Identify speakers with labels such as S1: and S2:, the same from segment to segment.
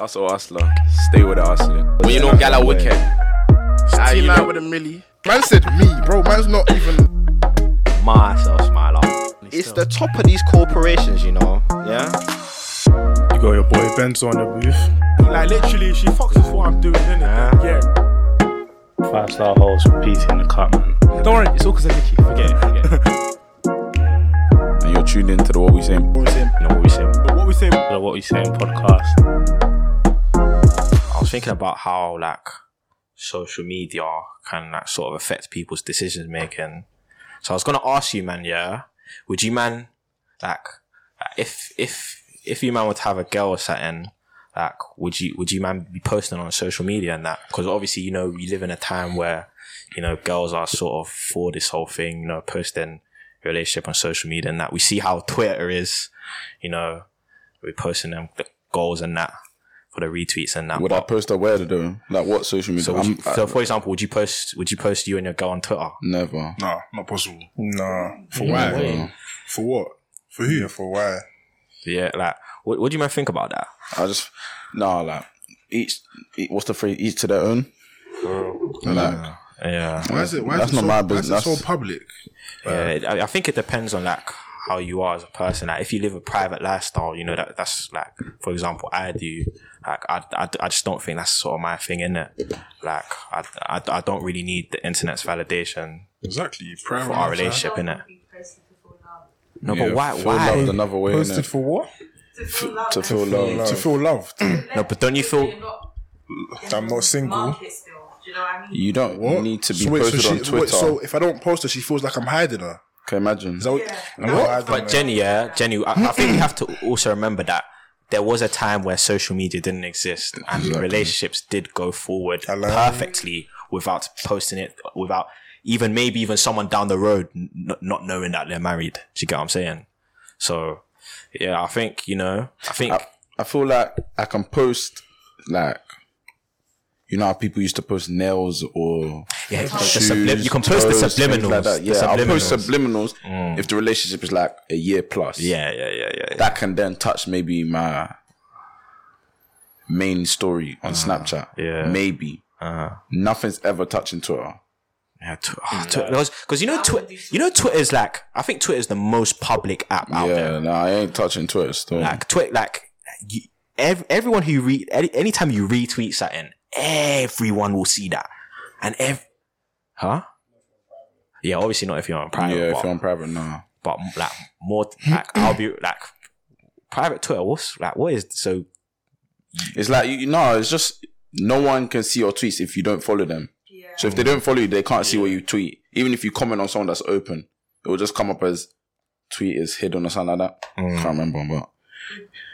S1: Hustle hustler. Stay with the hustling.
S2: When you know Gala Wicked. Ah,
S3: T
S2: you
S3: line
S2: know,
S3: with a milli. Man said me, bro. Man's not even.
S2: myself smile up.
S4: It's the top of these corporations, you know. Yeah.
S5: You got your boy Benzo on the booth.
S6: Like literally, she fucks with what I'm doing, innit? Yeah.
S7: Five star holes, PT in the cup, man.
S6: Don't worry, it's all because of Nikki. Forget it. Forget it.
S1: And you're tuned into the what we saying.
S7: You know what we say?
S6: But what we say?
S7: the What we saying podcast?
S2: I was thinking about how like social media can like sort of affect people's decision making. So I was gonna ask you, man. Yeah, would you, man, like if if if you man were to have a girl or something, like would you would you man be posting on social media and that? Because obviously you know we live in a time where you know girls are sort of for this whole thing. You know, posting relationship on social media and that. We see how Twitter is. You know, we're posting them the goals and that. For the retweets and that.
S1: Would
S2: But-
S1: I post a word though? Like what social media?
S2: so, would you,
S1: I'm- I-
S2: so for example, would you post? Would you post you and your girl on Twitter?
S1: never.
S3: Nah, not possible.
S5: Nah.
S3: For why?
S1: Never.
S3: For what? For who? Yeah, for why?
S2: Yeah, like what, what do you man think about that?
S1: I just nah like each. e- What's the phrase? Each to their own. Like,
S2: Yeah,
S3: Why is it? Why
S1: That's
S3: is it
S1: not
S3: so,
S1: my
S3: why is it
S1: business.
S3: so public?
S2: yeah. I, I think it depends on like how you are as a person. Like if you live a private lifestyle, you know that that's like, for example, I do. Like I, I, I just don't think that's sort of my thing, innit? Like I, I, I don't really need the internet's validation
S3: Exactly.
S2: for
S3: Private
S2: our
S3: life,
S2: relationship,
S8: Love
S2: innit?
S8: would be posted to fall love.
S2: No,
S1: yeah,
S2: but why?
S1: feel
S2: Why?
S1: loved another way.
S5: Posted
S1: innit?
S5: for what?
S8: To feel love.
S1: To
S8: and
S1: feel love.
S3: To feel loved.
S8: let
S2: No, but don't you feel?
S8: you're not in
S5: I'm
S8: the
S5: not single.
S8: market still, do you know what I mean?
S1: You don't
S3: What?
S1: need to be
S3: So wait, so
S1: posted
S3: she-
S1: on Twitter.
S3: wait, so if I don't post her, she feels like I'm hiding her.
S1: Can you imagine?
S3: Is that what?
S8: Yeah.
S3: I'm not hiding her.
S2: But Jenny, yeah, Jenny, I, I think you have to also remember that there was a time where social media didn't exist and relationships did go forward
S3: Hello.
S2: perfectly without posting it, without even maybe even someone down the road n- not knowing that they're married. Do you get what I'm saying? So, yeah, I think, you know, I think,
S1: I, I feel like I can post like you know how people used to post nails or
S2: yeah, the- the
S1: shoes,
S2: sublim- you can post the
S1: toes, things
S2: subliminals.
S1: Like that.
S2: the
S1: Yeah, I'll post
S2: subliminals.
S1: subliminals
S3: Mm.
S1: if the relationship is like a year plus.
S2: yeah, yeah, yeah, yeah. yeah.
S1: that can then touch maybe my main story on Snapchat.
S2: Uh-huh. yeah. Uh-huh.
S1: maybe nothing's ever touching Twitter.
S2: Yeah, tw- ah, tw- because because you know, tw- you know, Twitter's like I think Twitter's the most public app out there.
S1: Yeah, no, I ain't touching Twitter still.
S2: like tweet like you, ev- everyone who read any, anytime you retweet something everyone will see that and ev- huh yeah obviously not if you're on private
S1: yeah,
S2: but,
S1: if you're on private, no.
S2: but like more like i'll be like private twitter what's like what is so
S1: It's like you know, it's just no one can see your tweets if you don't follow them.
S8: Yeah.
S1: So if they don't follow you, they can't see what you tweet. Even if you comment on someone that's open, it will just come up as tweet is hidden or something like that.
S2: Mm.
S1: Can't remember, but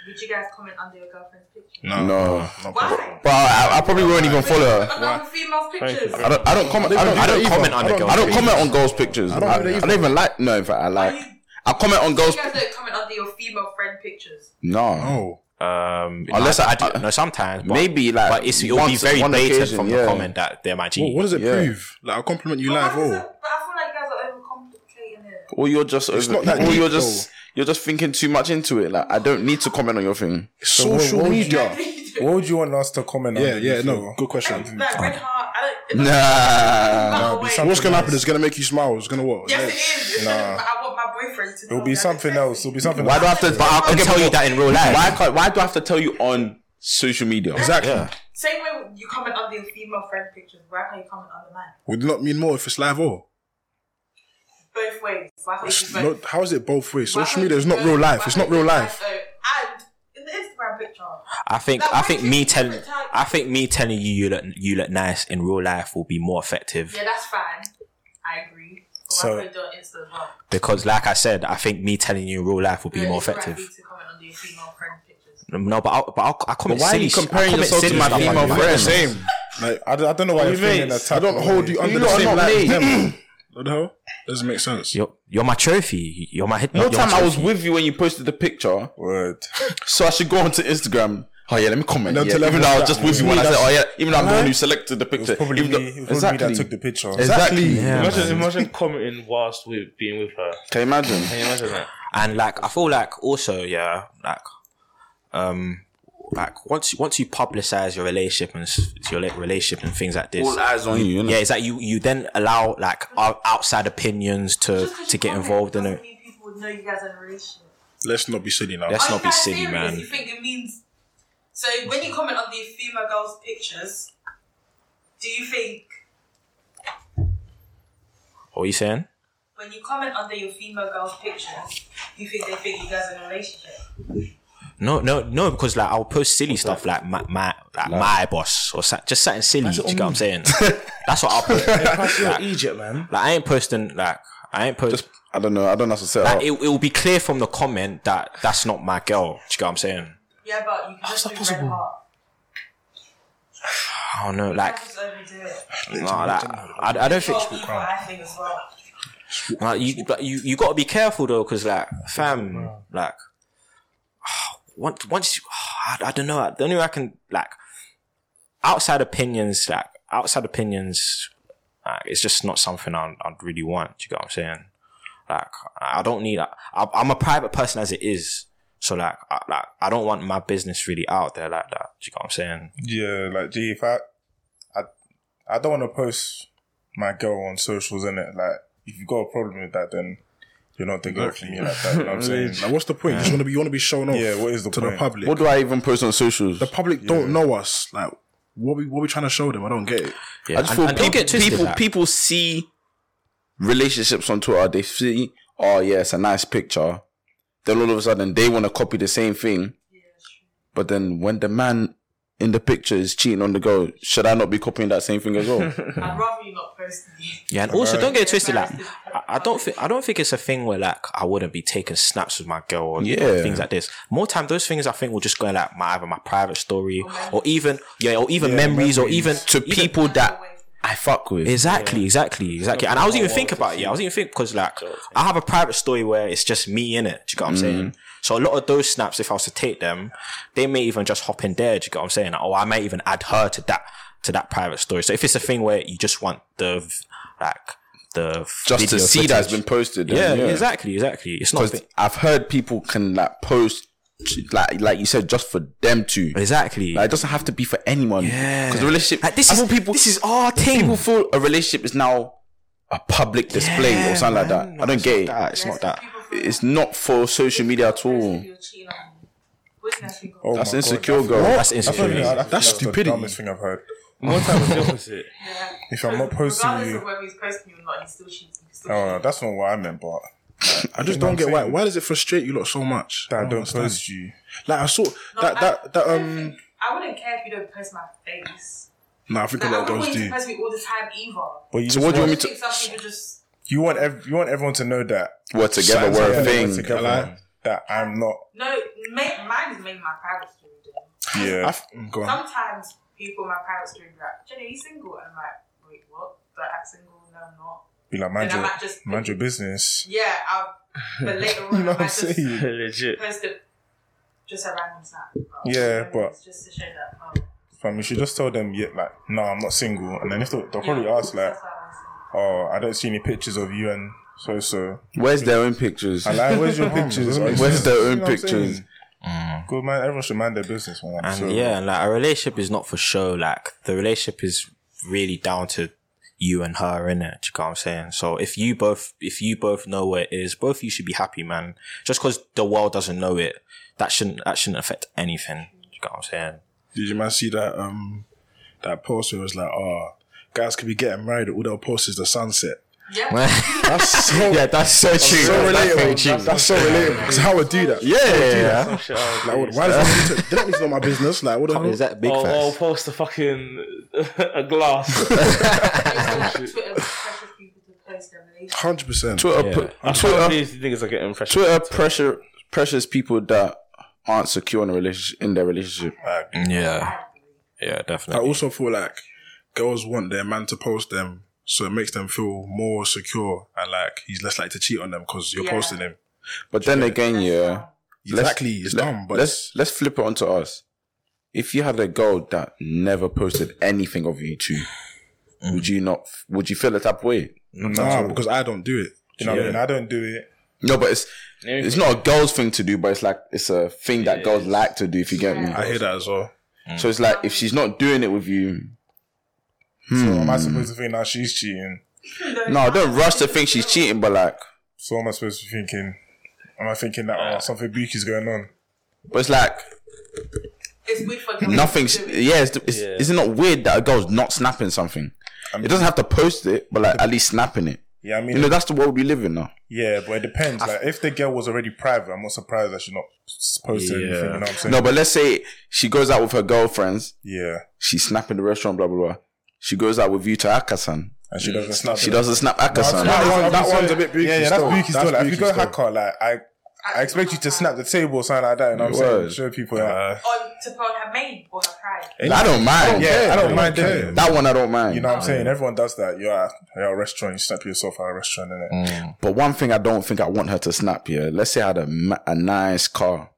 S8: Would you guys comment under your girlfriend's picture?
S2: Oh,
S1: no.
S3: Not possible.
S8: Why?
S1: But I, I probably won't even follow her.
S8: Under female's pictures.
S1: I don't, I don't comment. I don't,
S2: I don't
S1: either.
S2: comment on the
S1: I don't,
S2: girls'
S1: I don't
S2: pictures.
S1: comment on girls' pictures. I
S3: don't
S1: I
S3: do
S1: don't,
S3: that either.
S1: even like. No, in fact, I like.
S8: you-
S1: I comment on
S8: You
S1: girls.
S8: guys don't comment under your female friend pictures.
S1: No,
S9: Oh.
S3: No.
S2: um
S1: Unless
S2: I,
S1: I-
S2: do, no sometimes but,
S1: maybe like.
S2: but it's, it'll
S1: once-
S2: be very
S1: one
S2: blatant
S1: occasion,
S2: from the
S1: yeah.
S2: comment that they're my
S3: Well,
S2: genie
S3: what does it
S1: Yeah.
S3: prove? Like I compliment you
S8: But
S3: live.
S8: I feel
S3: Oh,
S8: like- but I feel like you guys are overcomplicating it.
S1: Or you're just over.
S3: not that
S1: or
S3: deep,
S1: you're just you're just thinking too much into it. Like I don't need to comment on your thing.
S5: what-
S3: social
S5: what would you-
S3: media.
S5: What would you want us to comment on?
S3: Yeah, yeah.
S5: if
S3: No,
S5: you're-
S3: good question.
S8: Like red heart. I don't. it doesn't-
S1: Nah.
S8: No, wait.
S3: What's gonna happen? It's gonna make you smile. It's gonna what?
S8: Yes, it is. It's
S5: Nah.
S8: nah. But I want my boyfriend to.
S5: It'll be something else. It'll be something
S1: Why do I
S5: else.
S1: have to?
S8: But I
S2: i can
S1: okay,
S2: tell
S1: but-
S2: you that in real life
S1: Why can't, why do I have to tell you on social media?
S3: Exactly.
S8: Same way you comment under your female friend pictures. Why can't you comment under mine?
S3: Would not mean more if it's live. Oh,
S8: Both ways. Why can't you
S3: It's
S8: do both?
S3: not, how is it both ways?
S8: Why
S3: Social
S8: can't
S3: media is
S8: you
S3: not
S8: do
S3: real
S8: both?
S3: life.
S8: Why
S3: It's
S8: can't
S3: not real
S8: you do
S3: life.
S8: both? uh, And in the Instagram picture.
S2: I think
S8: Like,
S2: I
S8: why
S2: think
S8: do you
S2: me
S8: keep
S2: telling
S8: it tight?
S2: I think me telling you you look you look nice in real life will be more effective
S8: Yeah, that's fine. I agree. But
S5: So-
S8: why can't you do it on Insta as well?
S2: because, like I said, I think me telling you in real life will be
S8: Yeah,
S2: more
S8: it's alright for
S2: effective.
S8: you to comment under your female friend pictures.
S2: No, but I'll, but I'll, I comment.
S1: But why are
S2: silly
S1: you
S2: sh-
S1: comparing
S2: I comment
S1: yourself to
S2: silly
S1: my
S2: stuff
S1: female
S2: like that.
S1: friends?
S3: Same.
S5: Like, I, don't- I don't know why you're feeling
S1: mates?
S5: attacked.
S3: I don't hold you under
S1: You
S3: the
S1: lot are
S3: same
S1: not
S3: light. as
S1: me.
S3: them. What the hell? Doesn't make sense.
S2: You're, you're my trophy. You're my hit.
S1: No
S2: you're my
S1: time I was
S2: trophy.
S1: with you when you posted the picture,
S5: Word.
S1: so I should go onto Instagram. Oh yeah, let me comment.
S3: And then
S1: Yeah,
S3: tell
S1: even though
S3: everyone
S1: I was just
S3: that.
S1: with you when I
S3: Me,
S1: said,
S3: that's-
S1: oh yeah, even though I'm the one
S5: Huh?
S1: who selected the
S5: It
S1: picture.
S5: was probably,
S1: even though-
S5: me, it was probably me that took the picture.
S1: Exactly.
S2: Yeah,
S7: Imagine, imagine commenting whilst with being with her.
S1: Can you imagine?
S7: Can you imagine that?
S2: And like I feel like also yeah like um like once once you publicize your relationship and s- your la- relationship and things like this,
S1: All eyes on you, innit?
S2: yeah, it's like you you then allow like ou- outside opinions to
S8: Just 'cause
S2: Uh, to
S8: you
S2: get
S8: come in
S2: involved in
S8: doesn't
S2: it.
S8: mean people would know you guys are in a relationship.
S3: Let's not be silly now.
S2: Let's
S8: Are
S2: not
S8: you
S2: be
S8: guys
S2: silly,
S8: serious?
S2: man.
S8: You think it means? So when you comment on the female girls' pictures, do you think
S2: What are you saying?
S8: when you comment under your female girls' pictures, you think they think you guys are in a relationship?
S2: No, no, no, because like I'll post silly stuff like my my like my boss or sa- just something silly. Do you get what I'm saying? That's what I'll post. like,
S5: Egypt, man.
S2: like, I ain't posting like I ain't posting.
S1: I don't know. I don't know how to set it
S2: Like,
S1: up.
S2: it, it will be clear from the comment that that's not my girl. Do you get what I'm saying?
S8: Yeah, but you can just do red heart.
S2: I don't know. Like,
S8: Just overdo it.
S2: nah, like I, I don't think.
S8: Well, evil, Oh, I think as well.
S2: Nah, you, but you you got to be careful though, because like, fam, like, once once you, I, I don't know. The only way I can like outside opinions, like outside opinions, like, it's just not something I'd, I'd really want. Do you get what I'm saying? Like, I don't need. I, I'm a private person as it is. So like, I, like I don't want my business really out there like that. Do you get what I'm saying?
S9: Yeah, like gee, if I, I, I don't want to post my girl on socials in it. Like, if you got a problem with that, then you're not the girl for me like that. You know what I'm saying?
S3: Like, what's the point? You just want to be, you want to be shown off.
S9: Yeah, what is the
S3: to the
S9: point?
S3: public?
S1: What do I even post on socials?
S3: the public don't know us. Like, what we what we trying to show them? I don't get it.
S2: Yeah.
S1: I just
S2: and-
S1: feel
S2: and don't
S1: people,
S2: get twisted,
S1: people,
S2: like-
S1: people see relationships on Twitter. They see, oh yeah, it's a nice picture. Then all of a sudden they want to copy the same thing. But then when the man in the picture is cheating on the girl, should I not be copying that same thing as well?
S8: I'd rather you not post it.
S2: Yeah, and also don't get it twisted. Like, I- I don't think I don't think it's a thing where like I wouldn't be taking snaps with my girl or
S1: Yeah.
S2: things like this. More time, those things I think will just go in like my either my private story or even yeah, or even memories, or even
S1: to
S2: even-
S1: people that I fuck with.
S2: Exactly, exactly, exactly. And I was even thinking about it. Yeah, I was even thinking because like I have a private story where it's just me in it. Do you get what I'm
S1: Mm-hmm.
S2: saying? So a lot of those snaps, if I was to take them, they may even just hop in there. Do you get what I'm saying? Or I might even add her to that to that private story. So if it's a thing where you just want the v- like the
S1: just
S2: video
S1: to see that's
S2: footage.
S1: been posted. then,
S2: yeah, exactly, exactly. It's not
S1: 'Cause
S2: thi-
S1: I've heard people can like post, like like you said, just for them to.
S2: exactly.
S1: Like, it doesn't have to be for anyone.
S2: Yeah.
S1: Because the relationship,
S2: Like, this
S1: I
S2: is
S1: feel people,
S2: this is our thing.
S1: people feel a relationship is now a public display or something like that. I don't get it.
S2: it's not that.
S1: It's not for social media at all.
S9: Oh
S1: That's
S9: my God,
S1: insecure, girl.
S2: That's
S9: That's,
S2: insecure.
S9: that's, that's the
S3: stupidity.
S9: dumbest thing I've heard.
S5: One time was the opposite.
S9: If I'm not posting
S8: Regardless of
S9: you,
S8: whether he's posting you or not, he's still cheating. He's still
S9: oh, no, that's not what I meant. But
S3: I just
S9: know
S3: don't
S9: what I'm
S3: get why.
S9: saying?
S3: Why does it frustrate you lot so much?
S9: that I
S3: don't
S9: don't
S3: understand.
S9: post you.
S3: Like I saw that that that um.
S8: I wouldn't care if you don't post my face.
S3: Nah, I think a
S8: Like, I
S3: lot of
S8: wouldn't
S3: girls
S8: want you
S3: do.
S8: to post me all the time either.
S9: But you
S1: So what do you want me
S8: I
S1: to?
S8: think some people just
S9: You want ev- you want everyone to know that
S1: We're together. We're a
S9: Sometimes
S1: thing.
S9: we're together,
S3: Like-
S9: that I'm not.
S8: no. ma- Mine is mainly my private story. though.
S9: Yeah,
S3: I f- mm, go on.
S8: Sometimes people in my private story be like, "Jenny, are you single?" And I'm like, "Wait, what? Do I act single? No, I'm not."
S9: be like
S8: Then
S9: mind
S8: I
S9: your,
S8: might just
S9: mind your business.
S8: Yeah, I'll, but later on,
S9: You know what I'm
S8: I might just
S9: saying?
S5: Legit.
S8: post a, just a random snap.
S9: Yeah, but-
S8: it's just to show that. Oh,
S9: Fam, you should just tell them, yeah, like, no, I'm not single. And then if they'll, they'll probably
S8: yeah,
S9: ask, like,
S8: that's what I was saying.
S9: oh, I don't see any pictures of you and so so.
S1: Where's their own pictures?
S9: And like, where's your pictures?
S1: Where's their own
S9: You know what I'm
S1: pictures? Mm.
S9: saying? Good man, everyone should mind their business, man.
S2: And
S9: so,
S2: yeah, and like a relationship is not for show. Like the relationship is really down to you and her, innit? Do you know what I'm saying? So if you both, if you both know where it is, both of you should be happy, man. Just because the world doesn't know it, that shouldn't that shouldn't affect anything. Do you know what I'm saying?
S3: Did you man see that um that post where it was like, oh, guys could be getting married. All they'll post is the sunset.
S8: Yeah,
S3: That's so
S2: yeah, that's so true.
S3: so relatable. That's, so relatable. Because how would do that?
S2: yeah,
S3: Like, what- why does that need to, they don't need to know my business? Like, what the hell?
S2: is that big
S5: Or, or
S2: facts?
S5: post a fucking a glass.
S8: Twitter pressures people to post their relationship.
S3: Hundred percent.
S1: Twitter, pu-
S5: I
S1: Twitter,
S5: can't believe these niggas are getting fresh.
S1: Twitter pressure pressures people that aren't secure in a relationship in their relationship.
S2: oh. yeah, yeah,
S3: I
S2: definitely.
S3: also feel like girls want their man to post them, so it makes them feel more secure and like he's less likely to cheat on them because you're
S8: Yeah.
S3: posting him.
S1: But then again, yeah, let's-
S3: Exactly, it's
S1: let-
S3: dumb, but
S1: let's let's flip it onto us. If you had a girl that never posted anything of you two, would you not? Would you feel the type of way?
S3: nah, because I don't do it.
S9: You know what I mean? I don't do it.
S1: No, but it's it's not a girl's thing to do, but it's like it's a thing that
S2: Yeah,
S1: girls
S2: it's-
S1: like to do. If you get me,
S3: I hear that as well.
S1: so it's like if she's not doing it with you,
S9: So am I
S1: Hmm.
S9: supposed to think now she's cheating?
S1: no, don't rush to think she's cheating. But like,
S9: So am I supposed to be thinking? Am I thinking that oh something big is going on?
S1: but it's like
S8: It's weird for girls.
S1: nothing's.
S8: to do it.
S1: Yeah, it's, it's, is it not weird that a girl's not snapping something? It doesn't have to post it, but like at least snapping it.
S9: Yeah, I mean,
S1: You know, that's the world we live in now.
S9: yeah, but it depends. Like, if the girl was already private, I'm not surprised that she's not s- posting anything. You know what I'm saying?
S1: No, but let's say she goes out with her girlfriends,
S9: Yeah,
S1: she's snapping the restaurant, blah blah blah. She goes out with you to Akasan.
S9: and she doesn't snap.
S1: She
S9: it.
S1: doesn't snap Akasan.
S9: That,
S3: That
S9: one,
S3: one-
S9: that
S3: that
S9: one's a bit booky. Yeah, yeah, that's
S3: still.
S9: booky
S3: That's
S9: still. Like, if you
S3: booky
S9: go
S3: still.
S9: hacker, like I, I expect you to snap the table or something like that. You know what I'm saying?
S1: Word.
S9: Show people that.
S8: On to put on her mane or her pride.
S1: I don't mind.
S9: Yeah, I don't mind
S3: care.
S9: doing it.
S1: That one I don't mind.
S9: You know what I'm saying? Everyone does that. You're at, you're at a restaurant, you snap yourself at a restaurant, innit?
S1: But one thing I don't think I want her to snap here. Let's say I had a, ma- a nice car.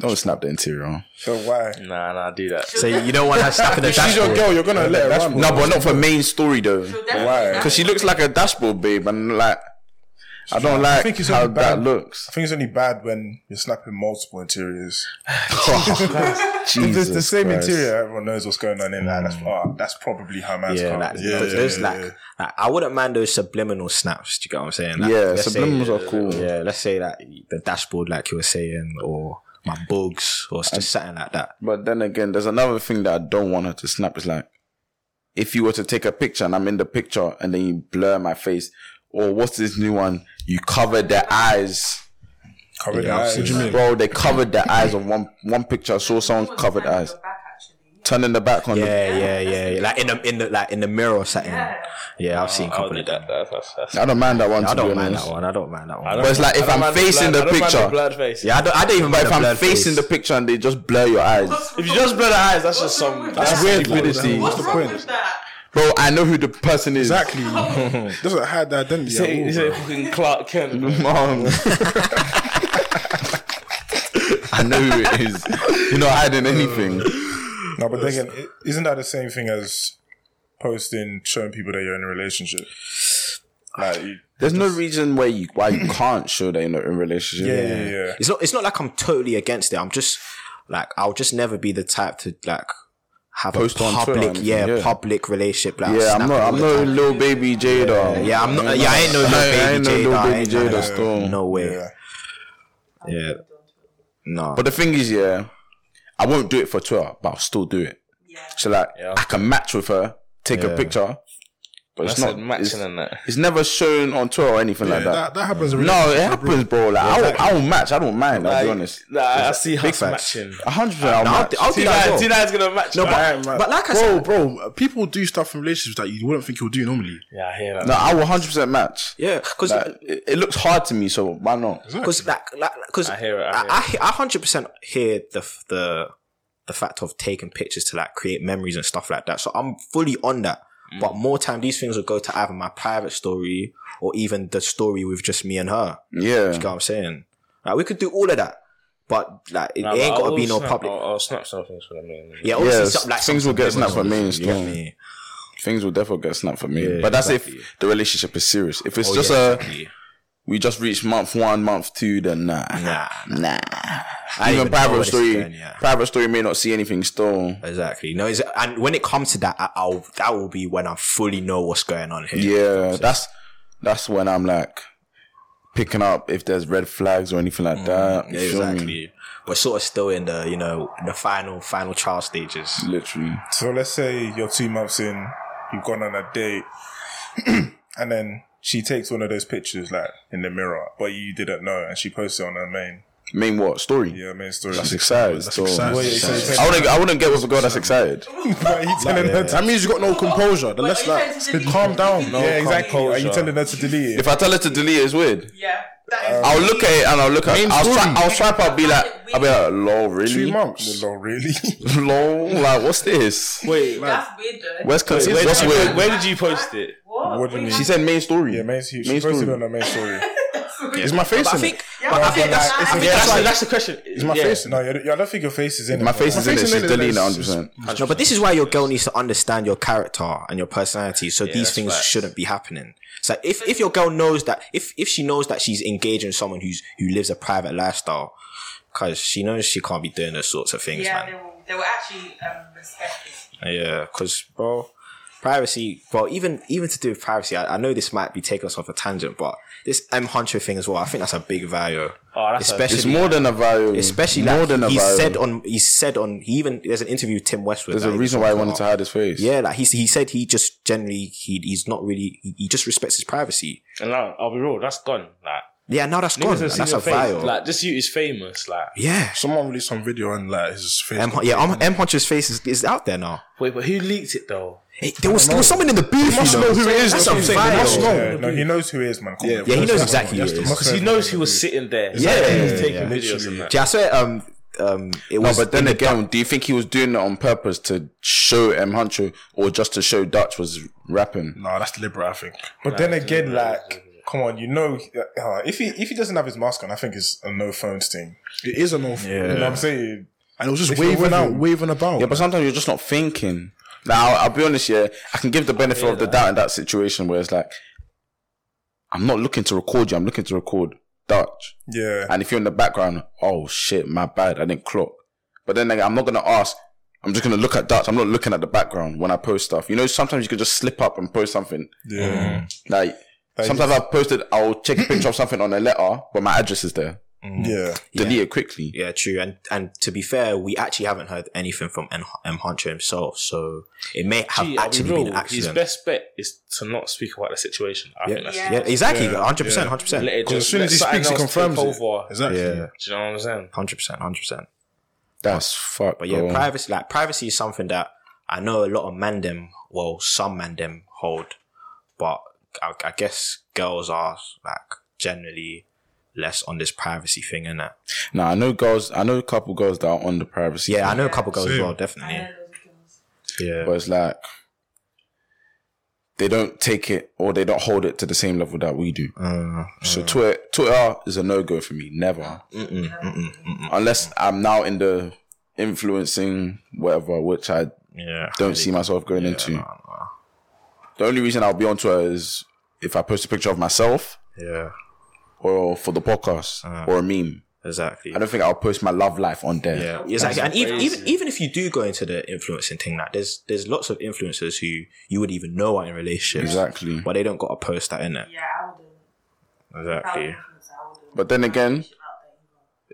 S1: Don't snap the interior. huh?
S9: So why?
S2: Nah, nah, do that. So you don't want her snapping the
S9: She's your
S2: dashboard.
S9: girl, you're gonna let her run.
S1: No, but not for main story though.
S8: She'll
S9: Why?
S8: definitely snap
S1: Because she
S8: it.
S1: looks like a dashboard babe, and like I don't like
S9: think it's
S1: how
S9: only bad-
S1: that looks.
S9: I think it's only bad when you're snapping multiple interiors. If
S1: Jesus
S9: it's the same
S1: Christ.
S9: interior, everyone knows what's going on in that. That's, oh, that's probably her man's
S2: Yeah,
S9: car.
S2: like,
S3: Yeah,
S2: those,
S3: yeah,
S2: like, like, I wouldn't mind those subliminal snaps. Do you get what I'm saying? Like,
S1: Yeah,
S2: let's say-
S1: subliminals are cool.
S2: Yeah, let's say that the dashboard, like you were saying, or my bugs, or just something like that.
S1: But then again, there's another thing that I don't want her to snap. It's like if you were to take a picture and I'm in the picture and then you blur my face, or what's this new one? You cover their eyes.
S9: Covered eyes.
S1: Bro, they covered their eyes on one one picture. I saw someone
S8: Someone's
S1: covered
S8: standing
S1: eyes.
S8: on your back, actually.
S1: Turning the back on them.
S2: Yeah, yeah, yeah, yeah. Like in the in the like in the mirror or something.
S8: Yeah.
S2: Yeah, I've seen a
S10: Oh, I'll
S2: couple
S10: do
S2: of that.
S10: that. That's, that's, that's,
S1: I don't mind that one.
S2: I
S1: to be
S2: don't mind
S1: honest.
S2: that one. I don't mind that one.
S1: But it's like if I'm facing the picture,
S10: Blood face.
S2: yeah, I don't. I don't even.
S1: but
S2: mind
S1: if
S2: the
S1: I'm
S2: blurred
S1: facing
S2: face.
S1: the picture and they just blur your eyes,
S10: If you just blur the eyes, that's just some.
S8: That's
S10: That's
S1: weird stupidity.
S8: What's wrong with that?
S1: bro. I know who the person is.
S3: Exactly. Doesn't hide the identity.
S10: Say-
S3: at all,
S10: say
S3: bro.
S10: fucking Clark Kent. bro.
S1: Mom. I know who it is. You're not hiding anything.
S9: No, but then again, i- isn't that the same thing as posting, showing people that you're in a relationship? Like, you-
S1: There's no reason where you why you can't show that you're not in a relationship.
S9: yeah, yeah, yeah.
S2: It's not. It's not like I'm totally against it. I'm just like I'll just never be the type to like have
S1: Post
S2: a
S1: on Twitter
S2: public,
S1: and-
S2: yeah,
S1: yeah.
S2: public relationship. Like,
S1: Yeah,
S2: snap
S1: I'm
S2: it
S1: not.
S2: all
S1: I'm
S2: the
S1: no
S2: time.
S1: little baby Jada.
S2: Yeah, I'm not. Yeah, I ain't no
S1: I-
S2: little
S1: I
S2: baby
S1: ain't no
S2: Jada.
S1: little
S2: I
S1: baby
S2: ain't none
S1: Jada
S2: of that.
S1: still.
S2: No way. Yeah.
S9: Yeah.
S2: No.
S1: But the thing is, yeah, I won't do it for Twitter, but I'll still do it.
S8: Yeah.
S1: So like, I can match with her, take a picture, but it's
S10: That's
S1: not
S10: not
S1: it's,
S10: matching in that.
S1: it's never shown on Twitter or anything like
S3: Yeah, that,
S1: that.
S3: that happens. in
S1: no, it
S3: relationships, bro.
S1: happens, bro. Like, I, will, I will match. I don't mind. I'll be honest.
S10: Nah, I see how it's
S2: facts.
S10: matching.
S1: A hundred percent. I'll
S2: I'll,
S1: match.
S2: do- I'll do that. as well.
S10: T9's gonna match.
S2: No,
S10: that.
S2: but, but like I
S3: Bro,
S2: said,
S3: bro, people do stuff in relationships that you wouldn't think you'll do normally.
S10: yeah, I hear that.
S1: No, I will hundred percent match.
S2: yeah, because
S1: Like, it, it looks hard to me, so why not?
S2: because like because
S10: I hear it, I hear
S2: I he- I hundred percent hear the f- the the fact of taking pictures to like create memories and stuff like that. So I'm fully on that.
S10: Mm.
S2: But more time, these things will go to either my private story or even the story with just me and her. You
S1: Yeah,
S2: know what I'm saying? Like we could do all of that, but like it
S10: Nah,
S2: ain't
S10: but oh, I
S2: gotta be
S10: will
S2: no
S10: snap-
S2: public.
S10: I'll, I'll snap something for the man.
S2: Yeah, obviously,
S1: Yeah,
S2: some- like
S1: things will get snapped for me and
S2: You get
S1: stuff.
S2: me?
S1: things will definitely get snapped for me.
S2: Yeah,
S1: but that's
S2: exactly.
S1: if the relationship is serious. If it's
S2: Oh,
S1: just
S2: yeah,
S1: a
S2: exactly.
S1: we just reached month one, month two, then nah,
S2: nah,
S1: nah.
S2: I
S1: even
S2: even know where
S1: private
S2: this is
S1: story,
S2: going, yeah.
S1: private story may not see anything still.
S2: exactly. No, it's, and when it comes to that, I, I'll that will be when I fully know what's going on here.
S1: Yeah, that's that's when I'm like picking up if there's red flags or anything like that.
S2: Mm, Yeah,
S1: uh, You feel me?
S2: exactly. We're sort of still in the you know the final final trial stages.
S1: Literally.
S9: So let's say you're two months in, you've gone on a date, and then she takes one of those pictures, like in the mirror, but you didn't know, and she posts it on her main,
S1: Mean what story?
S9: yeah, main story.
S1: That's excited. so-
S3: excited.
S9: Well, yeah, so you
S1: I
S9: tell-
S1: wouldn't. I wouldn't get with a girl that's excited.
S9: are you telling her to-
S3: That means you got no composure. The
S8: Wait,
S3: less
S8: are you
S3: like,
S8: trying to delete
S3: calm
S8: it?
S3: down.
S8: No,
S9: Yeah,
S8: calm
S9: exactly. Are you
S10: down.
S9: telling her to delete it?
S1: If I tell her to delete, it, it's weird.
S8: Yeah. That
S9: Uh,
S8: is.
S1: I'll look at it and I'll look at.
S3: Main
S1: I'll,
S3: story.
S1: swipe. I'll swipe. I'll be like. I'll be like, lol,
S3: Two
S1: really?
S3: months.
S9: No, really?
S1: Lol, like, what's this?
S10: Wait,
S8: That's weird though.
S1: Where's cons-
S10: where
S1: What's
S10: did, you,
S1: weird?
S10: where did you post it?
S8: What?
S9: What do you mean?
S1: She said main story.
S9: Yeah, main, she, she posted it on her main story. Is my face
S2: But I
S9: in
S2: think-
S9: it?
S2: Yeah, but I think
S9: like,
S2: that's- I
S9: it's-
S2: think
S9: yeah,
S2: that's
S9: that's
S2: the-
S9: why-
S2: that's the question.
S9: Is my
S2: Yeah.
S9: face? No, you- I don't think your face is in it.
S1: My face
S9: bro.
S1: is in it. She's
S9: like,
S1: deleting it
S9: it's-
S1: 100%.
S2: No, but this is why your girl needs to understand your character and your personality. So these
S10: that's
S2: things
S10: facts.
S2: shouldn't be happening. So if, if your girl knows that if if she knows that she's engaging with someone who's who lives a private lifestyle, because she knows she can't be doing those sorts of things,
S8: yeah,
S2: man.
S8: they will. They will actually um, respect it.
S2: Yeah, because bro, privacy. Well, even even to do with privacy, I, I know this might be taking us off a tangent, but this M Hunter thing as well. I think that's a big value,
S7: Oh, that's a-
S2: especially
S1: It's more than a value.
S2: especially
S1: more
S2: like
S1: than a
S2: he
S1: value.
S2: said on he said on he even there's an interview with Tim Westwood.
S1: There's
S2: that
S1: a reason why he wanted to hide his face.
S2: Yeah, like he he said he just generally he he's not really he, he just respects his privacy.
S7: And now, I'll be real, that's gone. Like,
S2: Yeah, now that's
S7: niggas
S2: gone.
S7: have
S2: man.
S7: seen
S2: That's
S7: your
S2: a
S7: face.
S2: vibe.
S7: Like, this you is famous. Like,
S2: yeah.
S3: Someone released some video and like his face.
S2: M, yeah, um, M, M Hunter's face is, is out there now.
S7: wait, but who leaked it though?
S2: Hey, there was there was someone in the booth. You
S3: must
S2: know
S3: know who it is,
S2: That's
S3: that's
S2: a
S3: what I'm saying. They must
S2: vibe.
S3: know.
S9: Yeah, no, he knows who he is, man. Come
S3: Yeah,
S9: on.
S2: Yeah, he knows
S3: That's
S2: exactly who
S3: that's
S2: it
S3: the
S2: is.
S3: most
S7: Because he knows he was sitting there. It's
S2: Yeah,
S7: like
S2: yeah,
S7: he's taking
S2: yeah.
S7: videos and that.
S2: Yeah, I swear. Um, um, it
S1: No,
S2: was.
S1: but then again, do you think he was doing it on purpose to show M Huncho or just to show Dutch was rapping?
S3: No, that's deliberate. I think.
S9: But then again, like, come on, you know, uh, if he if he doesn't have his mask on, I think it's a no phones thing.
S3: It is an awful.
S9: You know what I'm saying?
S3: And it was just
S9: If you're
S3: waving
S9: with
S3: out,
S9: him-
S3: waving about.
S1: Yeah, but sometimes you're just not thinking. Now, I'll, I'll be honest, yeah, I can give the benefit of the doubt in that situation where it's like, I'm not looking to record you, I'm looking to record Dutch.
S9: Yeah.
S1: And if you're in the background, oh shit, my bad, I didn't clock. But then like, I'm not gonna ask. I'm just gonna look at that. I'm not looking at the background when I post stuff. You know, sometimes you can just slip up and post something.
S9: Yeah.
S1: Like sometimes I've posted, I'll check a picture of something on a letter, but my address is there.
S9: Mm.
S3: Mm.
S9: Yeah.
S1: Delete it quickly.
S2: yeah, true. And and to be fair, we actually haven't heard anything from M, M Hunter himself, so it may have
S7: Gee, I'll be
S2: actually
S7: real.
S2: been an
S7: His
S2: accident.
S7: best bet is to not speak about the situation. I think that's
S8: Yeah.
S2: Yeah, exactly.
S3: Yeah,
S2: Hundred percent. Hundred
S7: Let
S2: percent.
S7: it
S3: 'Cause
S7: just,
S3: as soon
S7: let
S3: as he
S7: something
S3: speaks, he
S7: else take
S3: confirms it.
S7: over.
S3: Exactly.
S2: Yeah.
S7: Do you know what I'm saying?
S2: Hundred percent. Hundred percent.
S1: That's fuck.
S2: But yeah,
S1: bro.
S2: privacy like privacy is something that I know a lot of mandem, well, some mandem hold, but I, I guess girls are like generally less on this privacy thing, innit?
S1: Nah, I know girls. I know a couple girls that are on the privacy.
S2: Yeah, I know a couple girls as well,
S8: I
S2: definitely.
S8: know those girls.
S2: Yeah,
S1: but it's like they don't take it or they don't hold it to the same level that we do.
S2: uh,
S1: so Twitter, Twitter is a no go for me. Never. Unless I'm now in the influencing whatever, which I
S2: yeah.
S1: don't see myself going into. The only reason I'll be on Twitter is if I post a picture of myself
S2: Yeah,
S1: or for the podcast
S2: Uh.
S1: or a meme.
S2: exactly.
S1: I don't think I'll post my love life on there.
S2: Yeah, exactly. And even, even even if you do go into the influencing thing, like there's there's lots of influencers who you would even know are in relationships,
S1: Exactly.
S2: but they don't got to post that in it.
S8: Yeah, I wouldn't. If I
S2: Exactly.
S8: was influencer, I wouldn't.
S1: But then again,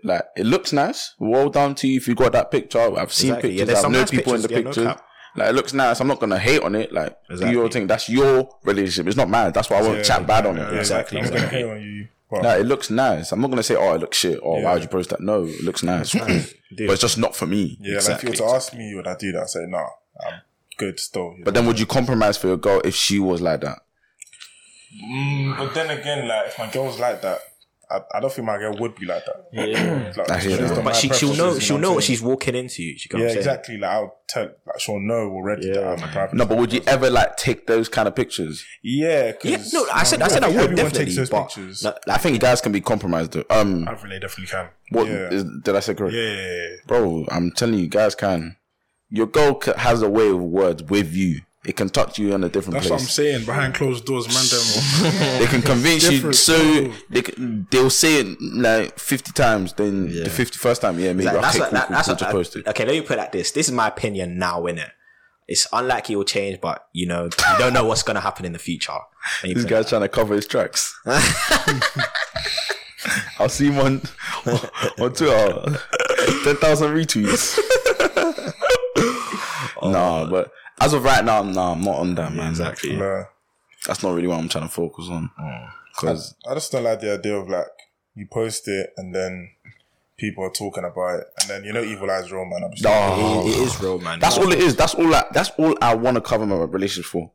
S1: like it looks nice. Well done to you if you got that picture. I've seen
S2: Exactly. Yeah,
S1: pictures.
S2: there's
S1: I've
S2: some
S1: known
S2: nice
S1: people in the
S2: pictures, yeah, no
S1: picture.
S2: cap.
S1: like it looks nice. I'm not gonna hate on it. Like
S2: Exactly.
S1: do your thing. That's your relationship. It's not mine. That's why I won't chat bad on it.
S2: Exactly.
S9: I'm gonna hate on you. But
S1: Like, it looks nice. I'm not gonna say, oh, it looks shit, or why would you post that? No, it looks nice, but it's just not for me.
S9: yeah, like if you were to ask me, would I do that? I'd say, nah, I'm good still.
S1: But then, would you compromise for your girl if she was like that?
S9: Mm, but then again, like if my girl's like that, I, I don't think my girl would be like that. Like,
S1: I hear
S9: it's
S1: that.
S9: just on my
S2: But she, she'll
S9: preferences, you
S2: know she'll know
S9: I'm
S2: what
S9: saying?
S2: she's walking into. do You know
S9: Yeah,
S2: what I'm saying?
S9: exactly. Like I'll tell, like she'll know already that I'm a private.
S1: No, but would you ever like take those kind of pictures?
S9: Yeah,
S2: Yeah,
S9: 'cause,
S2: no, I said I
S9: think
S2: said I would
S9: everyone
S2: definitely,
S9: takes those
S2: but
S9: pictures.
S2: no,
S1: I think guys can be compromised. Though. Um,
S9: I really definitely can.
S1: what
S9: yeah.
S1: is, did I say correct?
S9: yeah, yeah, yeah.
S1: bro, I'm telling you, guys can. Your girl c- has a way of words with you. It can touch you in a different
S3: that's what I'm
S1: place.
S3: saying. Behind closed doors, man. Them.
S1: They can convince you.
S3: different,
S1: So they can, they'll say it like 50 times. Then the 51st time, yeah, maybe
S2: Like,
S1: I'll
S2: that's
S1: okay,
S2: what,
S1: cool,
S2: that,
S1: cool,
S2: that's
S1: cool,
S2: what
S1: just
S2: I-
S1: post it.
S2: Okay, let me put it like this. This is my opinion now, innit? It's unlikely it will change, but you know, you don't know what's gonna happen in the future. When you
S1: This
S2: put
S1: guy's trying to cover his tracks. I'll see him on on Twitter. Ten thousand retweets. nah, but as of right now, nah, I'm not on that man.
S2: Oh, exactly. Oh.
S9: Nah.
S1: That's not really what I'm trying to focus on. Because
S9: I just don't like the idea of like you post it and then people are talking about it, and then you know, evil eyes roll, man. I'm just
S2: It- it is real, man.
S1: That's all it is. That's all. I, that's all I want to cover my relationship for,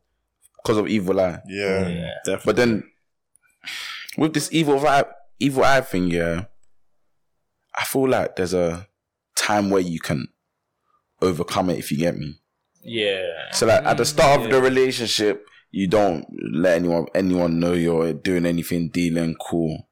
S1: because of evil eye.
S9: yeah,
S1: But then, with this evil vibe, evil eye thing, yeah, I feel like there's a time where you can overcome it if you get me.
S7: Yeah.
S1: So like at the start of the relationship, you don't let anyone anyone know you're doing anything, dealing, cool.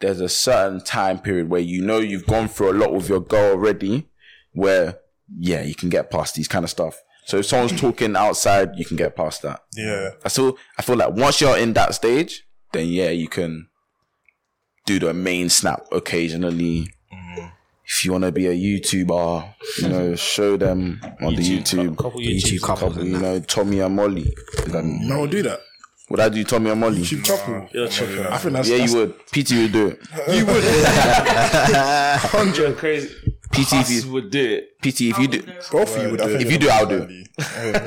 S1: there's a certain time period where you know you've gone through a lot with your girl already, where yeah, you can get past these kind of stuff. So if someone's talking outside, you can get past that.
S3: Yeah.
S1: I still I feel like once you're in that stage, then yeah, you can do the main snap occasionally. If you want to be a YouTuber, you know, show them on the YouTube,
S2: couple
S1: YouTube
S2: YouTube couples
S1: you know, uh, Tommy and Molly. Then
S3: No, do that.
S1: would I do Tommy and Molly?
S3: Cheap couple.
S10: You're tripping.
S3: I think that's
S1: yeah,
S3: that's
S1: you would. PT would do it.
S10: You're crazy.
S1: PT, if
S10: Us
S1: you,
S10: would do it.
S1: PT, if you do,
S3: both of you would. I think
S1: if you do, I'll do. it.
S8: We would do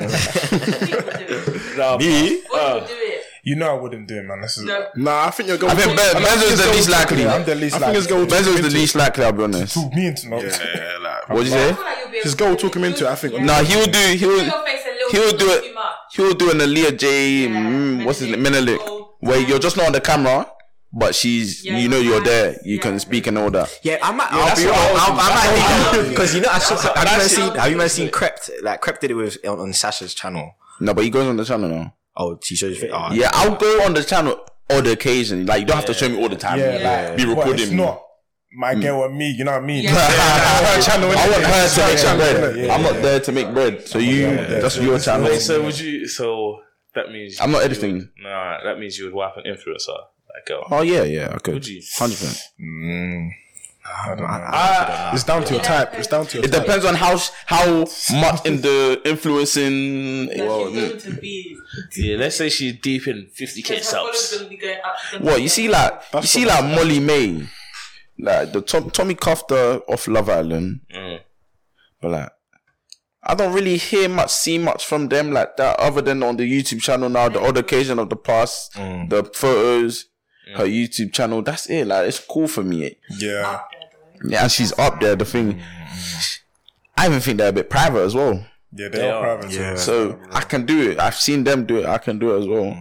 S8: it.
S10: Nah,
S1: Me?
S8: What would you do it?
S9: You know I wouldn't do it, man. This is
S8: No.
S3: Nah, I think you're
S1: I
S3: going.
S1: think Ben- Benzo's the least likely.
S9: I'm the least likely.
S1: Benzo's the least likely. I'll be honest.
S9: Talk me into not.
S3: Yeah, like
S1: What'd you
S8: I
S1: say?
S8: feel like you'll be
S3: His
S8: able
S3: girl
S8: to
S3: took him into it, I think.
S8: Yeah.
S1: Nah, he would do. He
S8: Put
S1: would.
S8: your face a little
S1: He would do
S8: bit
S1: it.
S8: Too much.
S1: He was doing a Leah J. mm, what's his name? Menelik. Where you're just not on the camera, but she's.
S8: Oh. Yeah,
S1: you know
S8: you're
S1: you're there.
S8: nice.
S1: You
S8: Yeah.
S1: can speak and all that.
S2: Yeah, I might. I'll be I might because you know I saw. Have you man seen? Have you man seen Crept? Like Crept did it with on, on Sasha's channel.
S1: No, but he goes on the channel now.
S2: Oh, she shows. Oh,
S1: Yeah, I'll go on the channel on the occasion. Like you don't have to show me all the time.
S9: Yeah,
S1: be
S9: But
S1: recording. Mm.
S9: it's
S1: me.
S9: not my girl and me. You know what I mean?
S8: Yeah.
S1: her channel. I want her to make bread.
S9: yeah,
S1: I'm not there to make bread. So you, that's your channel.
S10: Wait, so would you? So that means
S1: I'm not
S10: you
S1: editing.
S10: would- Nah, that means you would wipe an influencer. Like, girl.
S1: Oh yeah, yeah, I could.
S10: Would you?
S1: Hundred percent.
S9: Mm, I don't know.
S3: It's down to your type. It's down to your
S1: It
S3: type.
S1: depends on how how much in the influencing.
S8: Well,
S1: Well, mm.
S8: to be.
S10: Yeah, let's say she's deep in 50k
S8: Because her followers
S10: subs.
S8: gonna be going up, gonna
S1: what
S8: be
S1: you see,
S8: going
S1: like
S8: up.
S1: you see, like Molly May, like the Tom, Tommy Cuffter off Love Island,
S10: Mm.
S1: but like. I don't really hear much, see much from them like that, other than on the YouTube channel now. The odd occasion of the past, the photos, her YouTube channel. That's it. Like it's cool for me.
S3: Yeah.
S1: Yeah, and she's up there. The thing, I even think they're a bit private as well.
S9: Yeah, they are private. Yeah.
S1: So I can do it. I've seen them do it. I can do it as well.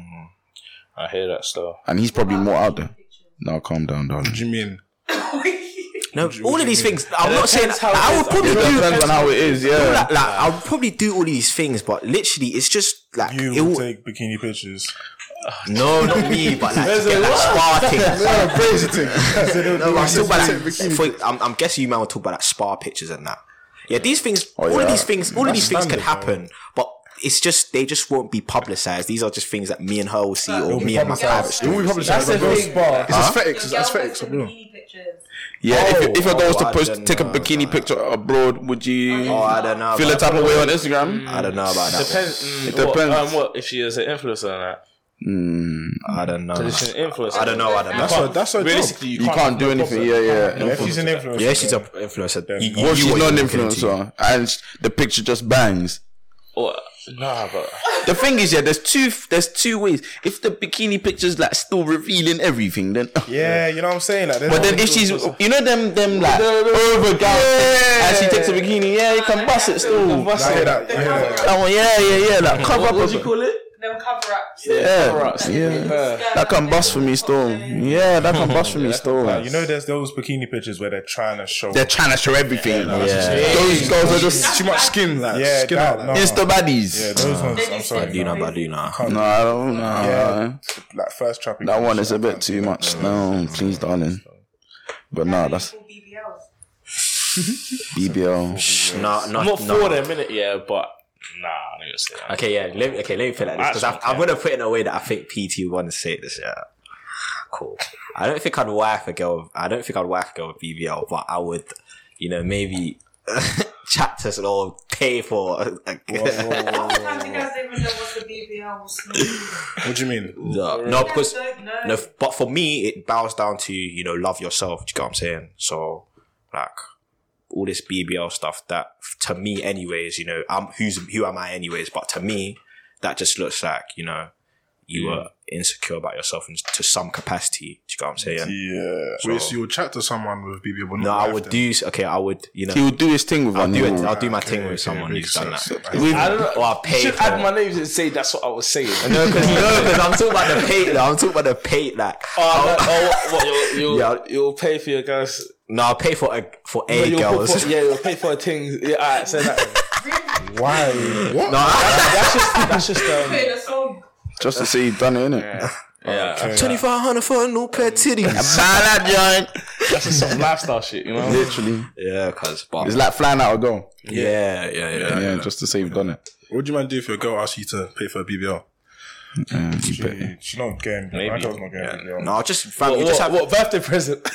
S10: I hear that stuff.
S1: And he's probably more out there. Now calm down, darling.
S3: What do you mean?
S2: no, all of these things. I'm not saying.
S10: depends how it
S2: I
S10: is.
S2: would probably
S1: It
S2: do.
S1: depends on how it is, yeah.
S2: Like, like, I would probably do all these things, but literally, it's just like
S9: You
S2: it
S9: will
S2: will,
S9: take bikini pictures.
S2: no, not me, but like to get that spa thing.
S3: Crazy thing.
S2: No, but I'm talking about like, for- I'm, I'm guessing you man will talk about like spa pictures and that. Yeah, these things, all
S1: Oh, yeah.
S2: of these things, all of these things can happen, but it's just they just won't be publicized. These are just things that me and her will see, or me and my private
S3: It will
S2: story.
S3: be published as a girl's bar. It's aesthetics. It's
S8: Your girl
S3: aesthetics.
S8: posted
S3: I know.
S8: bikini pictures.
S1: Yeah, if, you- if a
S2: Oh,
S1: girl was to
S2: I
S1: post,
S2: don't
S1: take a
S2: know
S1: bikini
S2: about
S1: picture abroad, would you
S2: Oh, I don't know. Mm.
S1: feel a
S2: about-
S1: type of way on Instagram?
S2: I don't know about that. one.
S10: Depends. Mm,
S1: It
S10: What,
S1: depends.
S10: um, what if she is an influencer or not?
S2: I don't know.
S10: She's an influencer.
S2: I don't know. I don't know.
S3: That's her. That's her job.
S10: Realistically, you,
S1: You
S10: can't.
S1: can't do anything. Yeah, yeah.
S9: if she's an influencer,
S2: Yeah, she's an influencer. You- you-
S1: What if
S2: you
S1: she's
S2: were
S1: not an
S2: looking into.
S1: influencer and sh- the picture just bangs?
S10: Or, nah, but
S1: The thing is, yeah, there's two there's two ways. If the bikini picture's like still revealing everything, then
S9: yeah, you know what I'm saying. Like,
S1: But then if she's, you know them, them like over guys, and she takes a bikini, yeah, you can bust it still. That
S9: I hear that. I hear that.
S1: one, Ah, yeah, yeah, yeah,
S3: Mm.
S1: like cover up, a-
S10: call it?
S8: Them cover ups.
S1: yeah, yeah. That can bust for me still. Yeah, that can bust for me still.
S9: You know, there's those bikini pictures where they're trying to show.
S1: They're trying to show everything. Those girls are just
S3: Too much skin, like
S9: yeah,
S3: skin
S9: that,
S3: out.
S9: no.
S3: Like,
S1: insta baddies.
S9: yeah, those ones. I'm
S2: I
S9: sorry.
S2: do
S9: no.
S2: know, but I do know.
S1: No, I don't know.
S9: Yeah. Like first trap.
S1: That one is a bit too much. No, please, darling. But no, that's BBL.
S2: No, no,
S10: I'm not
S2: no.
S10: for them, innit? Yeah, but nah, I'm not gonna say that.
S2: Okay, yeah. Let me, okay, let me put it like this because I'm, I'm gonna put it in a way that I think PT wants to say this. Yeah, cool. I don't think I'd wife a girl. I don't think I'd wife a girl with BBL, but I would, you know, maybe chat to some or pay for.
S1: Oh.
S8: Sometimes you guys don't even know what's a BBL. What's not.
S9: What do you mean?
S2: no, no,
S8: You guys
S2: because
S8: don't know.
S2: no, but for me, it boils down to you know, love yourself. Do you get what I'm saying? So, like. All this BBL stuff that, to me, anyways, you know, I'm who's who am I, anyways? But to me, that just looks like you know, you were insecure about yourself in, to some capacity. Do you get what I'm saying?
S9: Yeah.
S3: Wait, so you'll chat to someone with BB? but
S2: No,
S3: not
S2: I
S3: with
S2: would
S3: them.
S2: do. Okay, I would. You know,
S1: He will do his thing with
S2: I'll
S1: one.
S2: do
S1: he
S2: it.
S1: will.
S2: I'll do my thing with someone who's done that.
S1: With-
S10: I don't know.
S2: Or I'll
S10: You
S2: pay
S10: should
S2: for.
S10: add my names and say that's what I was saying. oh,
S2: no, because I'm talking about the pay. though. I'm talking about the pay. Like,
S10: no, oh, what, you'll, you'll,
S2: Yeah.
S10: you'll pay for your girls.
S2: no, I'll pay for a for
S10: but
S2: a
S10: you'll pay
S2: girls.
S10: For, yeah, you'll pay for things. Yeah, alright, say that.
S3: Why? What?
S2: No,
S10: that's just that's just um,
S8: Put in a song.
S1: Just to say you've done it, innit?
S10: Yeah.
S2: Twenty five hundred for a new pair of titties.
S1: that joint.
S10: That's just some lifestyle shit, you know?
S1: Literally,
S2: yeah, cause but
S1: it's like flying out a goal.
S2: yeah, yeah, yeah.
S1: Yeah, just to say you've done it.
S3: What do you man do if your girl asks you to pay for a BBL?
S1: Yeah, you bet.
S9: She's not getting. My girl's not getting. Yeah.
S2: No, just fam. you
S10: What,
S2: just have
S10: what birthday present?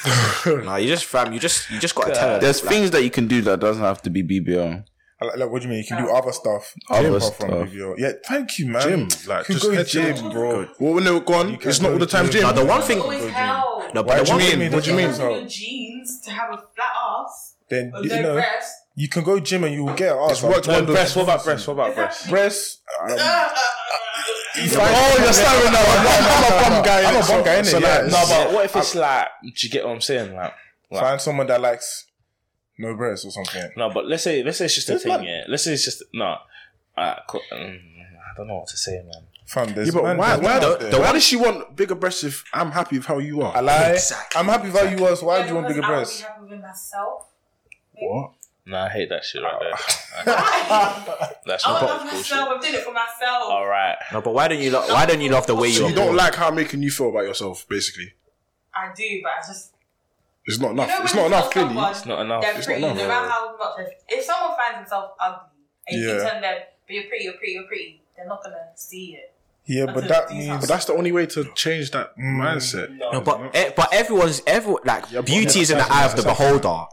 S2: no. You just fam. You just you just gotta tell her.
S1: There's things that you can do that doesn't have to be BBL.
S9: I Like, like, what do you mean? You can do other stuff.
S1: Other
S9: apart from
S1: stuff.
S9: BBL. Yeah, thank you, man.
S3: Gym, like,
S9: you
S3: just
S9: go
S3: head
S9: gym,
S3: gym.
S9: bro.
S3: Well, when they were gone,
S9: can't
S3: it's not
S9: go
S3: all the
S9: to
S3: time,
S9: the
S3: Jim.
S2: Now the one thing.
S8: Always hell.
S2: No, but
S9: Why do
S2: the
S9: you
S2: one
S9: mean? What do you mean?
S8: Wear your jeans to have a flat ass
S9: Then
S8: or
S9: you
S8: no
S9: know
S8: breast.
S9: you can go gym and you will get ass.
S3: worked
S9: Like,
S3: wonders.
S10: breast, what about breast? What about breast?
S9: breast. um,
S3: Oh, you're staring now.
S9: I'm a bum guy. I'm a
S3: so-
S9: bum guy.
S3: so
S9: innit?
S3: like-
S9: Yeah.
S10: No, but what if it's like, do you get what I'm saying? Like,
S9: Find someone that likes no breasts or something.
S10: no, but let's say let's say it's just a thing. Yeah, let's say it's just no. Uh, co- mm, I don't know what to say, man.
S9: Fam, there's
S3: Yeah, but
S9: man-
S3: why?
S9: there's
S3: Why,
S9: man out
S3: the,
S9: there.
S3: why does she want bigger breasts if I'm happy with how you are?
S9: I lie. I'm happy with how you was. Why do you want
S8: Because
S9: bigger
S8: I would be
S9: breasts?
S8: happy with myself.
S9: What?
S10: Nah, I hate that shit right there.
S8: I
S10: That's
S8: would
S10: not
S8: love
S10: bullshit.
S8: myself. I'm doing it for myself.
S10: All right.
S2: No, but why don't you? Lo- why don't you love the way you?
S3: So
S2: are
S3: you don't
S2: born?
S3: like how I'm making you feel about yourself, basically.
S8: I do, but I just
S3: It's not
S8: you
S3: enough.
S8: know when
S3: it's
S8: you
S3: not enough,
S8: tell
S3: clearly.
S8: someone
S10: It's not enough.
S8: They're
S3: It's not
S8: pretty,
S3: enough.
S8: no matter how much. they- If someone finds themselves ugly and you
S9: Yeah.
S8: tell them, "But you're pretty, you're pretty, you're pretty," they're not gonna see it.
S9: Yeah, but
S8: That's
S9: that
S8: a-
S9: means Mm.
S3: But that's the only way to change that mindset.
S2: No, but eh, but everyone's every like beauty is in the eye of the beholder.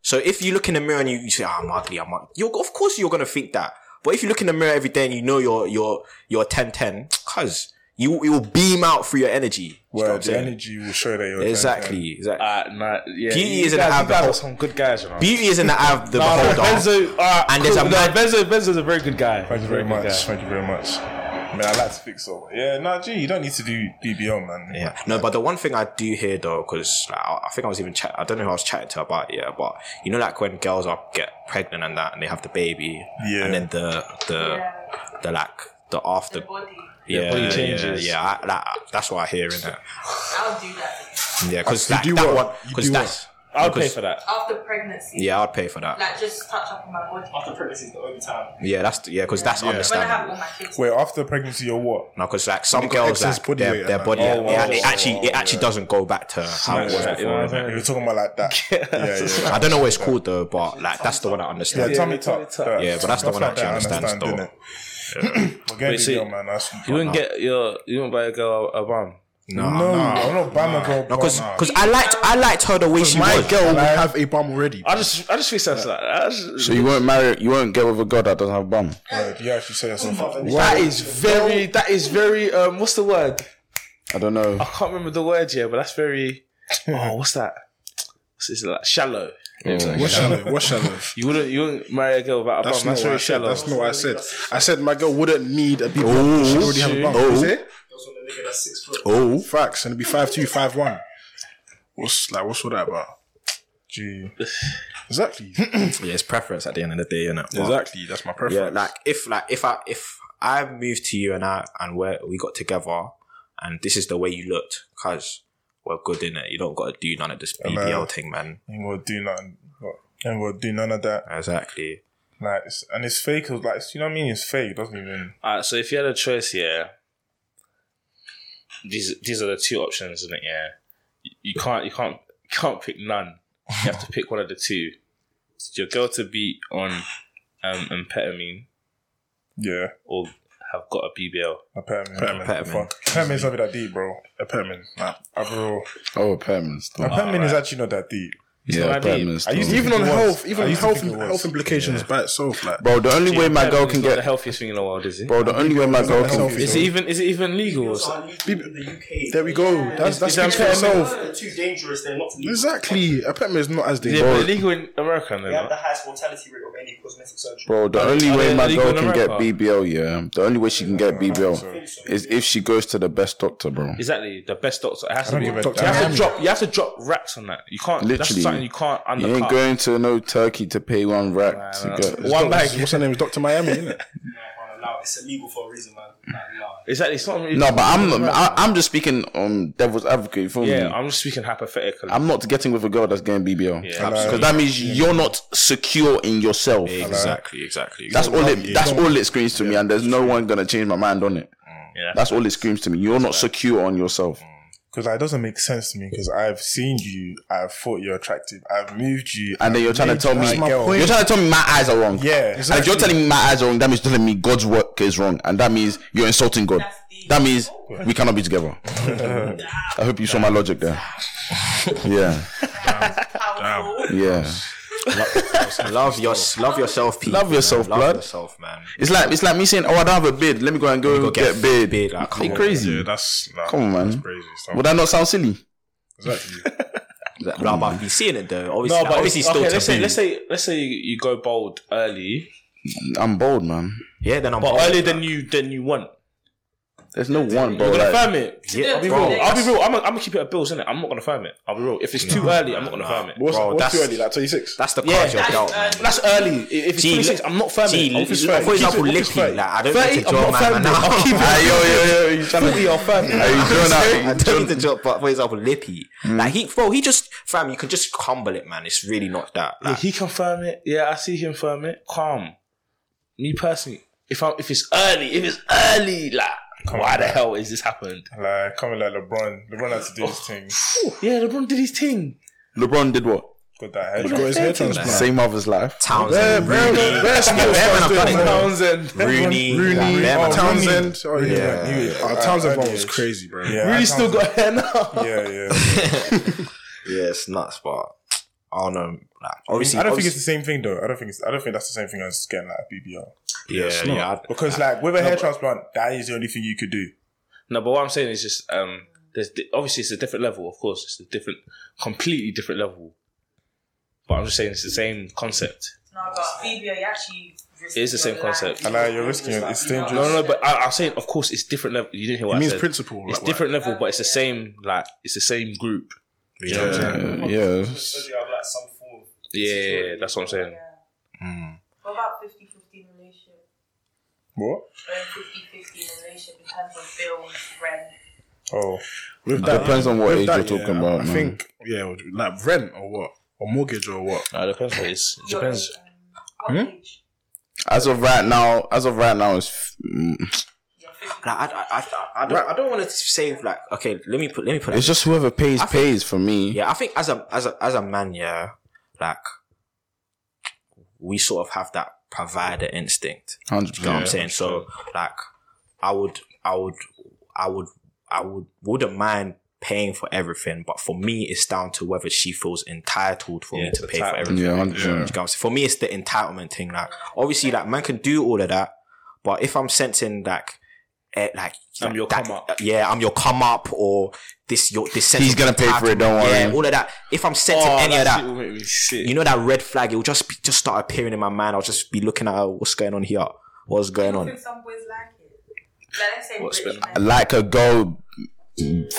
S2: So if you look in the mirror and you, you say, "Ah, I'm ugly," I'm ugly. You're, of course you're gonna think that. But if you look in the mirror every day and you know you're you're you're ten ten, cause you you will beam out through your energy. Do you know what
S9: where
S2: I'm
S9: the
S2: saying?
S9: energy will show that you're
S2: Exactly, exactly.
S10: Uh, nah, yeah,
S2: Beauty
S10: you
S2: is an
S10: guys, you
S2: average.
S10: guys are some good guys, you know.
S2: Beauty is in the eye of the
S10: Nah,
S2: beholder.
S10: Benzo, uh,
S2: And there's a
S10: cool, no,
S2: man-
S10: Benzo. Benzo's a very good guy.
S9: Thank you very
S10: Very
S9: much.
S10: good guy.
S9: Thank you very much. Man, I like to fix up. Yeah, nah, G, you don't need to do BBL, man.
S2: Yeah. No, but the one thing I do hear though, because I, I think I was even chat. I don't know who I was chatting to about it, yeah, but you know, like when girls are get pregnant and that, and they have the baby,
S9: Yeah.
S2: and then the the the like the
S8: The
S2: after,
S8: body.
S2: yeah,
S10: body
S2: yeah,
S10: changes.
S2: yeah. I, that, that's what I hear in it.
S8: I'll do that
S2: Yeah, because that,
S3: do
S2: that
S3: what?
S2: one,
S3: You
S2: because
S3: do
S2: that's
S10: I'll pay
S2: because-
S10: for that.
S8: after pregnancy.
S2: yeah, I'd pay for that.
S8: Like just touch up on my body.
S2: Yeah, that's yeah, because that's
S8: When I have
S2: understandable.
S8: all my kids.
S9: Wait, after pregnancy, you're what?
S2: No, because like some
S3: got
S2: girls,
S3: excess
S2: like,
S3: body weight
S2: their,
S3: and
S2: their
S3: that.
S2: body,
S9: Oh,
S2: yeah, it
S9: wow.
S2: actually it actually doesn't go back to how it was
S9: Yeah,
S2: before. innit?
S9: You're talking about like that. yeah, yeah.
S2: I don't know what it's called though, but like that's the one I
S9: Yeah,
S2: understand.
S9: tummy tuck.
S2: Yeah, but that's the
S9: Stuff
S2: one that
S9: like that, I
S2: actually understands
S9: understand,
S2: though.
S9: innit? We're getting
S10: Wait, so
S9: BBL, man. That's,
S10: You wouldn't get your. You wouldn't buy a girl a bum.
S9: no, I'm not buying a girl.
S2: No, because
S9: bra, nah.
S2: I liked I liked her the way she
S3: My
S2: was.
S3: girl will have a bum already.
S10: I just, I just think that's like that.
S1: So you won't marry, you won't get with a girl that doesn't have bum.
S9: Like, you actually set yourself up.
S10: That is very. That is very. Um, what's the word?
S1: I don't know.
S10: I can't remember the word yet, but that's very. Oh, what's that? What's this like? Shallow.
S3: What's shallow? What's shallow?
S10: You wouldn't. You wouldn't marry a girl without a
S3: That's
S10: bum.
S3: not
S10: That's
S3: what I
S10: very
S3: said.
S10: shallow.
S3: That's not what I said. I said my girl wouldn't need a big bum. She already have a bum. Is it?
S1: Oh,
S3: Facts, and it'd be five two, five one. What's like? What's all that about?
S9: G.
S3: Exactly.
S2: Yeah, it's preference at the end of the day, isn't it?
S3: exactly. That's my
S2: Yeah,
S3: preference.
S2: like if like if I if I moved to you and I and we we got together and this is the way you looked, cause we're good in it. You don't got to do none of this BBL thing, man.
S9: Ain't gonna do nothing. Ain't gonna do none of that.
S2: Exactly.
S9: Like, it's, and it's fake. 'cause, Like, you know what I mean? It's fake. It doesn't even.
S10: Alright, so if you had a choice, yeah, these these are the two options, isn't it? Yeah, you, you can't you can't you can't pick none. You have to pick one of the two. It's your girl to be on um, amphetamine
S9: Yeah.
S10: or have got a BBL.
S9: A permit.
S2: Permin.
S9: Permit's not that deep, bro.
S3: a permit. Nah.
S9: A bro.
S1: oh, permanent.
S9: A permit is actually not that deep.
S1: Yeah,
S10: what I mean.
S1: permanent.
S9: I used to
S3: Even
S9: think
S3: on
S9: it was.
S3: health,
S9: I
S3: even
S9: used to
S3: health,
S9: think it was.
S3: health implications by itself. Like,
S1: Bro, the only way my girl
S10: Amphetamine's
S1: can
S10: not the
S1: get,
S10: healthiest thing in the world, is it?
S1: bro, the only way my girl can,
S9: Selfish,
S10: Is
S9: though.
S10: it even is it even legal? Or something?
S3: there we go. That's that's
S10: that
S3: speaks for
S10: permin?
S3: itself.
S11: They're too dangerous. They're not to leave.
S3: Exactly. A permit is not as
S10: Yeah,
S3: dangerous.
S10: but illegal in America, no,
S11: They have
S10: no.
S11: the highest mortality rate of any cosmetic surgery.
S1: bro, the only
S10: are
S1: way
S10: they
S1: my
S10: legal
S1: girl
S10: in
S1: can get
S10: America?
S1: BBL, yeah, the only way she can get BBL is if she goes to the best doctor, bro.
S10: Exactly, the best doctor. It has to
S9: don't
S10: be. You
S9: give a
S10: have to
S9: damn.
S10: drop. You have to drop racks on that. You can't. that's
S1: Literally.
S10: something you can't
S1: You
S10: undercut.
S1: ain't going to no Turkey to pay one rack
S10: Nah,
S1: to get.
S10: nah. One bag.
S3: What's her name? Doctor Miami, isn't it?
S11: No, no, no, It's illegal for a reason, man. Like, no.
S10: Exactly. It's not. really-
S1: No, but I'm I, I'm just speaking um devil's advocate. You feel
S10: Yeah,
S1: me?
S10: I'm just speaking hypothetically.
S1: I'm not getting with a girl that's getting BBL.
S10: Yeah,
S1: Because that means you're not secure in yourself.
S2: Exactly. Exactly.
S1: That's all it. That's all it screams to me, and there's no one gonna change my mind on it.
S10: Yeah.
S1: That's all it screams to me. You're not secure on yourself.
S9: Because like, it doesn't make sense to me. Because I've seen you, I've thought you're attractive, I've moved you,
S1: And then you're trying to tell me you're trying to tell me my eyes are wrong.
S9: Yeah,
S1: And if
S9: exactly.
S1: you're telling me my eyes are wrong, that means you're telling me God's work is wrong, and that means you're insulting God. That means we cannot be together.
S9: Uh-huh.
S1: I hope you saw my logic there. Yeah, yeah.
S2: love, love your, love yourself, people.
S1: Love yourself,
S2: man.
S1: blood.
S2: Love yourself, man.
S1: It's like it's like me saying, "Oh, I don't have a beard. Let me go and go,
S2: go
S1: get,
S2: get
S1: beard."
S2: beard, like, come
S1: Like,
S2: on.
S1: crazy.
S3: Yeah, that's nah,
S1: Come on, man.
S3: That's crazy. stuff.
S1: Would that not sound silly?
S3: Exactly.
S2: That- Nah, but you seeing it though. Obviously,
S10: No,
S2: like,
S10: but
S2: obviously,
S10: it's-
S2: still
S10: okay,
S2: taboo.
S10: let's say let's say let's say you go bold early,
S1: I'm bold, man.
S2: yeah, then I'm.
S10: but
S2: bold,
S10: earlier
S2: like,
S10: than you than you want.
S1: There's no one, bro.
S10: You're gonna
S1: Like,
S10: firm it.
S2: Yeah,
S10: I'll be
S2: bro.
S10: real. I'll be real. I'm, I'm gonna keep it at bills, innit? I'm not gonna firm it. I'll be real. If it's too early, I'm not gonna firm it.
S9: What's,
S2: Bro,
S9: what's too
S2: that's-
S9: early? Like twenty six.
S2: that's the
S10: Yeah,
S2: card you're
S10: that's
S2: dealt, man.
S8: early.
S10: That's early. I- If it's
S2: Gee,
S10: 26,
S2: look-
S10: I'm not firming.
S2: Gee,
S10: it. I'll if it's
S2: look,
S10: 30.
S2: for example,
S10: Keep it-
S2: Lippy,
S10: keep it
S2: like I don't need
S10: 30,
S2: to
S10: I'm
S2: draw
S10: not
S2: my man
S10: firming it. I'll keep
S2: now.
S10: it.
S1: Hey, yo, yo, yo, you trying to?
S10: 40, I'll firm it.
S1: Are you Hmm. doing
S2: I
S1: that?
S2: don't need to drop, but for example, Lippy, like he, bro, he just, fam, you can just humble it, man. It's really not that.
S10: Yeah,
S2: Like,
S10: he can firm it. Yeah, I see him firm it. Calm. Me personally, if I'm if it's early, if it's early, like why the hell is this happened?
S9: Like coming like LeBron. LeBron had to do his thing.
S10: Yeah, LeBron did his thing.
S1: LeBron did what?
S9: Got that head.
S10: Got his hair
S9: transplant.
S1: Same mother's life.
S2: Townsend, Rooney,
S9: Townsend.
S2: Rooney, like, them,
S9: Oh,
S2: man.
S9: Townsend. Oh, yeah.
S1: Yeah.
S9: he was-
S3: Our
S9: uh,
S3: Townsend one
S9: early
S3: was
S9: age.
S3: crazy, bro.
S9: Yeah,
S10: Really, still
S9: Townsend.
S10: got hair now.
S9: Yeah, yeah.
S2: Yeah, it's nuts, but I don't know. Like, obviously,
S9: I don't think it's the same thing though. I don't think it's, I don't think that's the same thing as getting like a BBL.
S2: yeah, yeah. I-
S9: Because like with a hair transplant, that is the only thing you could do.
S10: No, but what I'm saying is just um, there's di- obviously it's a different level. Of course, it's a different, completely different level. But I'm just saying it's the same concept.
S8: No, but Phoebe, you actually.
S10: It is the same concept.
S9: I like you're risking it. It's dangerous.
S10: No, no, no but I, I'm saying, of course, it's different level. You didn't hear what
S3: It
S10: I
S3: means
S10: said.
S3: principle.
S10: It's
S3: like,
S10: different level, but it's the same. Like it's the same group. You know what I'm saying?
S1: Yeah, yeah.
S11: So you have like some form of
S10: Yeah, yeah, yeah, that's what I'm saying.
S8: What about 50 50 relationship?
S9: What?
S8: Or 50 50 relationship in terms of bills, rent?
S9: Oh,
S3: With
S1: Nah. Depends on what
S3: with
S1: age you're talking about,
S3: I
S1: man.
S3: think yeah, like rent or what, or mortgage or what.
S10: No, it depends. What it is. It
S8: Your
S10: depends.
S8: age, um, What age?
S1: As of right now, as of right now, it's mm,
S8: Yeah, 50
S2: like, I, I, I, I don't, I don't want to say like, okay, let me put, let me put. it
S1: it's just whoever pays
S2: I think-
S1: pays for me.
S2: yeah, I think as a as a as a man, yeah, like we sort of have that provider instinct.
S1: hundred
S2: You know what I'm
S1: percent.
S2: saying? So like I would I would I would I would wouldn't mind paying for everything, but for me it's down to whether she feels entitled for
S10: Yeah,
S2: me to
S10: the
S2: pay for
S10: entitlement.
S2: everything.
S1: Yeah, hundred
S2: You know
S1: percent.
S2: what I'm saying? For me it's the entitlement thing. Like obviously like man can do all of that, but if I'm sensing like eh, like
S10: I'm
S2: like
S10: your
S2: that- uh,
S10: come up.
S2: yeah, I'm your come up, or this your this. sense
S1: He's
S2: of
S1: gonna pay for it,
S2: entitlement.
S1: don't worry.
S2: Yeah, all of that. If I'm sensing
S10: Oh,
S2: any of that,
S10: shit will make me sick.
S2: you know that red flag, it will just be, just start appearing in my mind. I'll just be looking at her, what's going on here? What's going
S8: I
S2: on?
S8: think some boys like it. Like, let's say
S10: What's
S8: Britney,
S10: been-
S1: Like
S8: like,
S1: a girl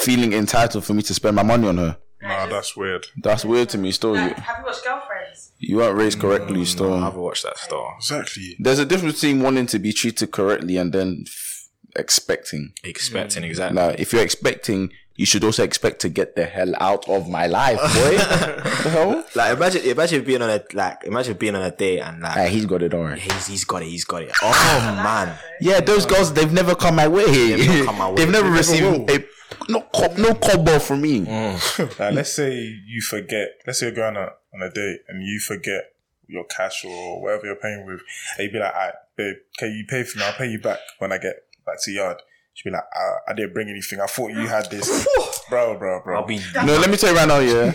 S1: feeling entitled for me to spend my money on her.
S3: Nah, that's weird.
S1: That's weird to me. Still, you,
S8: like, have you watched Girlfriends?
S1: you weren't raised correctly.
S2: I
S1: Still,
S2: haven't watched that store.
S3: Exactly.
S1: there's a difference between wanting to be treated correctly and then f- expecting.
S2: Expecting
S1: Mm.
S2: exactly.
S1: Now, if you're expecting, you should also expect to get the hell out of my life, boy. the hell?
S2: Like imagine, imagine being on a like, imagine being on a date and like,
S1: Hey, he's got it alright.
S2: he's he's got it, he's got it. Oh man,
S1: Yeah, those girls, they've never come my way. They've
S2: never Mm. come my way.
S1: never received a no co- no cobble from me.
S9: like let's say you forget. Let's say you're going out on a date and you forget your cash or whatever you're paying with, and you be like, "All right, babe, can you pay for me? I'll pay you back when I get back to yard." She'd be like, "Ah, I, "I didn't bring anything. I thought you had this, bro, bro, bro."
S2: I'll be
S1: No, let me tell you right now, yeah.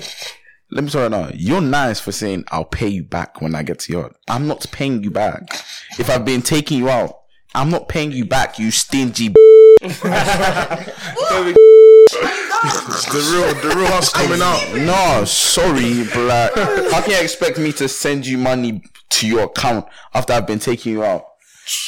S1: Let me tell you right now, you're nice for saying I'll pay you back when I get to yard. I'm not paying you back. If I've been taking you out, I'm not paying you back, you stingy. b-
S3: The real, the real us coming out.
S1: No, sorry, but like, how can you expect me to send you money to your account after I've been taking you out?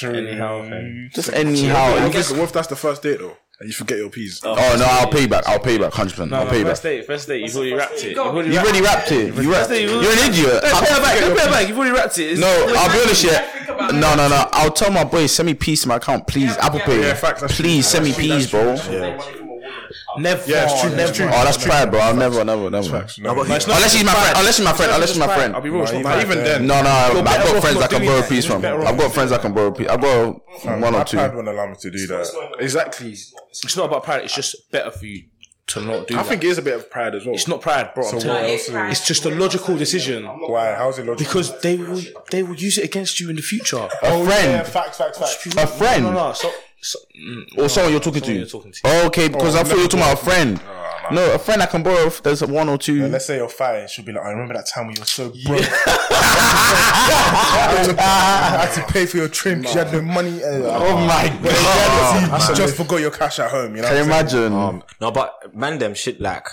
S10: Anyhow, okay.
S1: Just anyhow.
S3: I
S1: and
S3: guess
S1: just-
S3: what if that's the first date though, and you forget your peas?
S1: Oh no, I'll pay you back. I'll pay you back. Hundred percent.
S10: No,
S1: I'll
S10: no,
S1: pay you back.
S10: first date, first date, you've already wrapped it. You've already
S1: You
S10: wrapped
S1: already wrapped it. You wrapped it. You're an idiot.
S10: Don't pay her back, don't pay her back, you've already wrapped it.
S1: No, I'll be honest here. No, no, no. I'll tell my boy send me peas to my account, please. Apple Pay.
S3: yeah, facts, that's
S1: please send me peas, bro.
S11: money from a woman.
S2: Never.
S1: Yeah, it's true, it's
S2: never.
S1: true. Oh, that's pride, bro. I'll never, never, never.
S2: No, but he's not-
S1: unless he's my friend. Unless he's my friend. Unless he's my friend.
S2: I'll be real, it's not
S1: Nah,
S2: pride. Even then.
S1: No, no.
S2: You're
S1: I've
S2: better
S1: got
S2: off
S1: friends
S2: not
S1: I can
S2: doing
S1: borrow a
S2: that.
S1: piece
S2: You're
S1: from.
S2: better off
S1: I've got friends I can borrow a piece. I've got one or two.
S9: Pride won't allow me to do that.
S10: Exactly. It's not about pride. It's just better for you to not do.
S9: I
S10: that.
S9: think it is a bit of pride as well.
S10: It's not pride, bro.
S9: So
S10: I'm telling
S9: what
S10: you.
S9: else is it?
S10: It's just a logical decision.
S9: Why? How's it logical?
S10: Because they will, they will use it against you in the future.
S1: A
S9: Yeah,
S1: friend.
S9: facts, facts, facts.
S1: A friend.
S10: No, no, no. So, so, mm.
S1: Or Oh, someone you're talking to.
S10: Someone you're talking to.
S1: Oh, okay, because
S9: Oh,
S1: I thought you were talking
S9: no. Oh,
S1: about a friend. No, a friend I can borrow. if There's one or two.
S9: Let's say you're fighting, she'll be like, I remember that time when you were so broke. I had to pay for your trim 'cause you had no money.
S1: Ah, Oh my
S9: You
S1: god!
S9: just forgot your cash at home, you know?
S1: Can you
S9: what I'm
S1: imagine?
S9: Oh,
S2: No, but man, them shit like,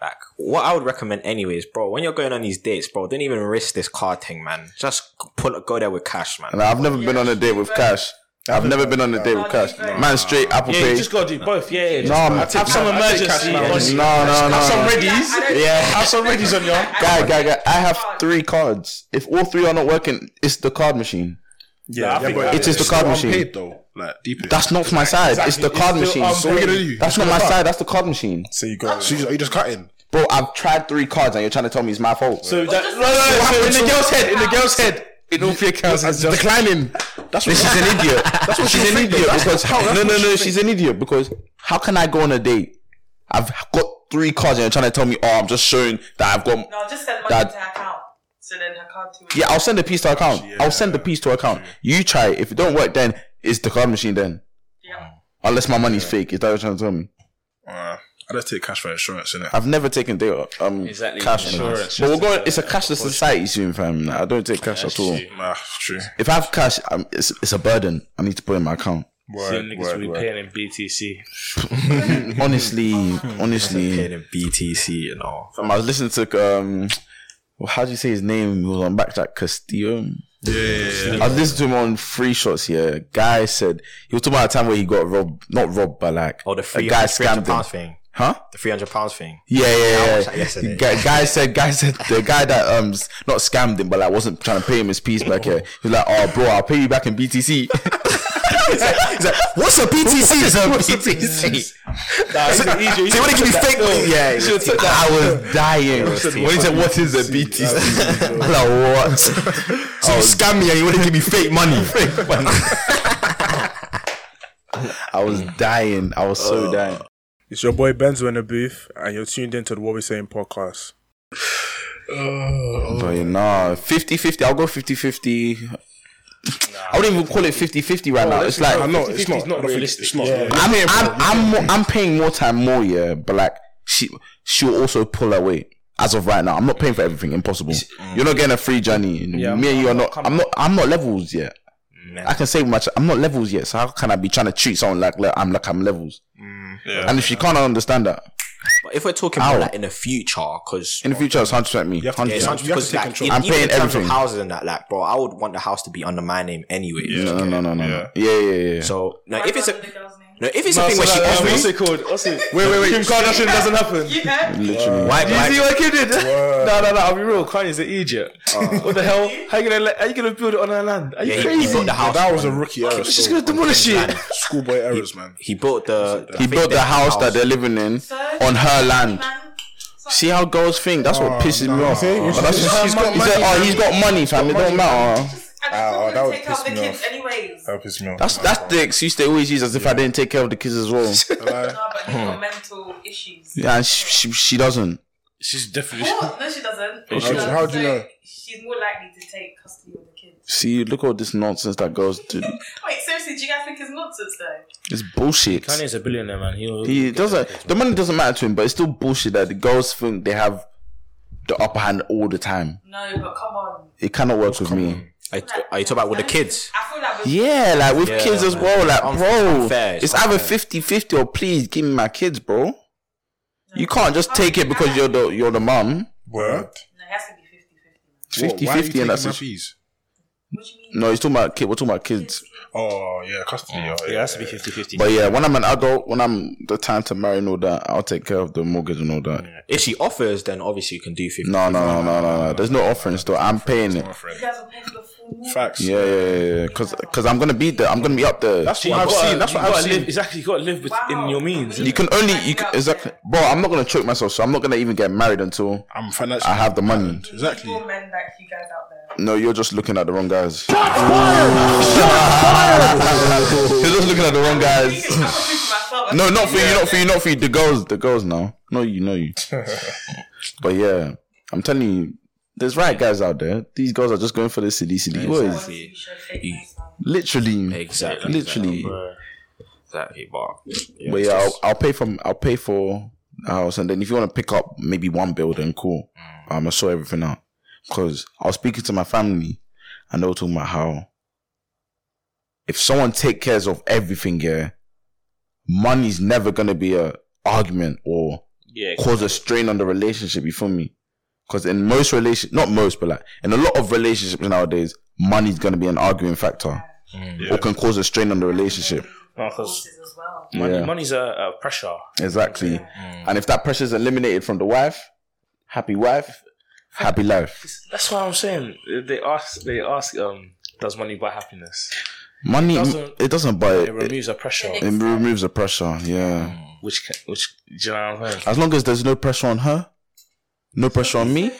S2: like what I would recommend, anyways, bro. When you're going on these dates, bro, don't even risk this car thing, man. Just put go there with cash, man.
S1: And I've never been on a date with cash. I've never been on a date with cash. Man, straight Apple
S10: yeah, you
S1: Pay.
S10: just gotta do both. Yeah, yeah.
S1: No,
S10: Just-
S1: man. I
S10: have
S1: take-
S10: some
S1: I take
S10: emergency.
S1: cash now.
S10: honestly.
S1: No, no, no,
S10: Have some
S1: no.
S10: readies.
S1: Yeah.
S10: Have some readies on your.
S1: Guy, guy, guy. I have three cards. If all three are not working, it's the card machine.
S9: Yeah, yeah, but
S1: It is the
S9: it's
S1: card
S9: still
S1: machine.
S9: Unpaid, though. Like, deep in.
S1: That's not my side. It's the card
S10: um,
S1: machine.
S9: So what are you gonna do?
S1: That's
S9: You
S1: not my
S9: cut?
S1: side. That's the card machine.
S9: So you got. So you you just cutting.
S1: Bro, I've tried three cards and you're trying to tell me it's my fault.
S10: So that, no, no,
S1: What
S10: no, so
S1: happened
S10: in the
S1: to-
S10: girl's head, in the girl's head.
S1: in all three accounts, it's just declining. That's what she's an idiot. That's what she's an idiot because no, no, no, she's an idiot because how can I go on a date? I've got three cards and you're trying to tell me, oh, I'm just showing that I've got.
S8: No, just send money
S1: That-
S8: to her account. So then her card to
S1: Yeah, I'll send the piece to account. I'll send the piece to account. You try it. If it don't work, then it's the card machine. Then
S8: Yeah.
S1: unless my money's fake, is that what you're trying to tell me?
S9: Uh, I just take cash for insurance, innit?
S1: I've never taken date um
S10: Exactly,
S1: cash
S10: insurance,
S1: But we're
S10: just
S1: going.
S10: a-
S1: It's a cashless society soon, fam. Like, I don't take cash at all.
S9: Nah, true.
S1: If I have cash, i it's it's a burden. I need to put in my account.
S10: See,
S9: Word,
S10: niggas
S9: word,
S10: will be
S9: word.
S10: paying in BTC.
S1: honestly, honestly,
S2: Paid in BTC, you know.
S1: Um, I was listening to um, well, how do you say his name? He was on Backtrack Castillo.
S9: Yeah, yeah, yeah.
S1: I was listening to him on Free Shots. Yeah, guy said he was talking about a time where he got robbed, not robbed, but like
S2: Oh, the
S1: a
S2: three
S1: guy
S2: hundred
S1: scammed
S2: pounds
S1: him,
S2: thing.
S1: huh?
S2: The three hundred pounds thing.
S1: Yeah,
S2: I
S1: yeah,
S2: watched that
S1: yeah.
S2: yesterday.
S1: Guy, guy said, guy said, the guy that um s- not scammed him, but like wasn't trying to pay him his piece back. Yeah, he was like, oh, bro, I'll pay you back in BTC. He's like, he's like, what's a BTC? What's a BTC? so, so you want to give me fake money? Yeah, I was dying. When he said, "What is a BTC?" I'm like, "What?" So you scam me and you want to give me fake money? Fake money. I was dying. I was so dying.
S5: It's your boy Benzo in the booth, and you're tuned into the What We Saying podcast.
S1: But you know, 50 50. I'll go 50 50. I wouldn't even call it 50 50 right now. It's like,
S9: I
S1: I'm,
S9: know it's not.
S10: not
S9: I don't think
S10: realistic.
S9: It's not.
S1: I'm, I'm, more, I'm paying more time more, yeah, but like, she, she'll also pull her weight. As of right now, I'm not paying for everything. Impossible. You're not getting a free journey. Me and you are not. I'm not. I'm not levels yet. I can say much. I'm not levels yet. So how can I be trying to treat someone like, like I'm like I'm levels? and if she can't understand that
S2: But if we're talking about
S1: Ow.
S2: like in the future, because
S1: in the future, it's hundred percent me.
S9: have to-
S2: Yeah,
S1: Hundred
S2: it's
S1: percent.
S2: not because like,
S1: control.
S2: e-
S1: I'm
S2: even
S1: paying
S2: in terms
S1: everything.
S2: of houses and that, like, bro, I would want the house to be under my name anyway.
S1: No, no, no, no, no. Yeah, yeah, yeah. yeah.
S2: So, no,
S8: Why
S2: if it's a
S8: not the girl's name?
S2: no, if it's a thing where she offers,
S10: it called? What's it?
S5: Wait, wait, wait. Kim Kardashian doesn't happen.
S8: Yeah.
S1: literally.
S2: why,
S10: Do you see
S2: why,
S10: what Kim did? No, no, no. I'll be real. Kanye's an idiot. what the hell? How you gonna let, how you gonna build it on her land? Are you
S2: yeah, he, he
S10: crazy?
S2: built the house.
S9: That was a rookie error.
S10: She's
S9: still.
S10: gonna demolish it.
S9: Schoolboy errors, man.
S2: He built the. I
S1: He
S2: think
S1: built the
S2: their
S1: house that they're living in on her land.
S8: Man, so-
S1: See how girls think. That's
S9: Oh,
S1: what pisses me off. But that's-
S9: she's- she's got
S1: he said,
S9: money.
S1: "Oh, he's got money, fam. It don't matter."
S8: And
S9: Ah,
S8: people
S9: oh, that
S8: would
S9: would
S8: take out
S9: piss
S8: the
S9: me
S8: kids
S9: off.
S8: anyways.
S9: That pissed me off.
S1: That's that's the excuse they always use, as if I didn't take care of the kids as well.
S8: No, but he's got mental issues.
S1: Hmm. Yeah, and she, she she doesn't.
S10: She's definitely.
S8: Oh, no, she doesn't.
S10: Is
S8: She
S10: she?
S8: doesn't.
S9: How do you
S8: So
S9: know?
S8: She's more likely to take custody of the kids.
S1: See, look at all this nonsense that girls do.
S8: Wait, seriously, do you guys think it's nonsense though?
S1: It's bullshit.
S10: Kanye's a billionaire, man. He'll,
S1: He doesn't. The money doesn't matter to him, but it's still bullshit that the girls think they have the upper hand all the time.
S8: No, but come on.
S1: It cannot work with me.
S2: Are you are you talking about with the kids?
S8: I feel like with
S1: Yeah, like with
S2: Yeah,
S1: kids as
S2: man.
S1: well. Like,
S2: It's
S1: bro,
S2: unfair. It's
S1: it's either
S2: unfair.
S1: 50 50 or please give me my kids, bro. You can't just take it because you're the you're the mum.
S9: Word.
S8: No, it has to be 50
S9: What,
S8: 50.
S9: why are
S1: 50
S9: you
S1: 50
S9: taking
S1: and that's
S9: my
S1: it.
S9: fees?
S1: No, he's talking about kid. We're talking about kids.
S3: Oh yeah, custody. Oh,
S2: yeah, it has to be 50-50.
S1: But yeah, when I'm an adult, when I'm the time to marry and all that, I'll take care of the mortgage and all that.
S2: If she offers, then obviously you can do 50.
S1: No, no, no, no, no, no. There's no offering still. I'm paying it.
S8: You guys are paying for the full mortgage.
S3: Facts.
S1: Yeah, yeah, yeah, yeah. Because cause I'm gonna be there. I'm gonna be up there.
S10: That's what
S1: I've
S10: I've
S1: seen. That's what I've seen.
S10: Exactly, you got to live within
S8: Wow.
S10: your means.
S1: You can only you can, exactly, bro. I'm not gonna choke myself, so I'm not gonna even get married until
S3: I'm financially.
S1: I have the money.
S3: Exactly.
S8: More men like you guys out there.
S1: No, you're just looking at the wrong guys. you're just looking at the wrong guys.
S8: I'm talking for myself.
S1: No, not for you, not for you, not for you. The girls, the girls now. No, you, know you. but yeah, I'm telling you, there's right guys out there. These girls are just going for the silly, silly boys.
S2: Exactly.
S1: Literally,
S2: Exactly.
S1: literally.
S2: Exactly, but
S1: But yeah, I'll, I'll pay from. I'll pay for the house, and then if you want to pick up maybe one building, cool. I'ma sort everything out. Cause I was speaking to my family, and they were talking about how if someone take cares of everything, yeah, money's never gonna be a argument or
S10: Yeah,
S1: cause a strain on the relationship. You feel me? Because in most relation, not most, but like in a lot of relationships nowadays, money's gonna be an arguing factor or can cause a strain on the relationship.
S10: because
S8: as well.
S10: money,
S1: Yeah.
S10: money's a, a pressure.
S1: Exactly. And if that pressure is eliminated from the wife, happy wife, happy life.
S10: That's why I'm saying they ask. They ask. Um, does money buy happiness?
S1: Money, it doesn't,
S10: doesn't-
S1: buy it.
S10: It
S1: It,
S10: removes a pressure,
S1: it removes the pressure. Yeah.
S10: which can, which do you know what I'm saying?
S1: As long as there's no pressure on her, no pressure on me,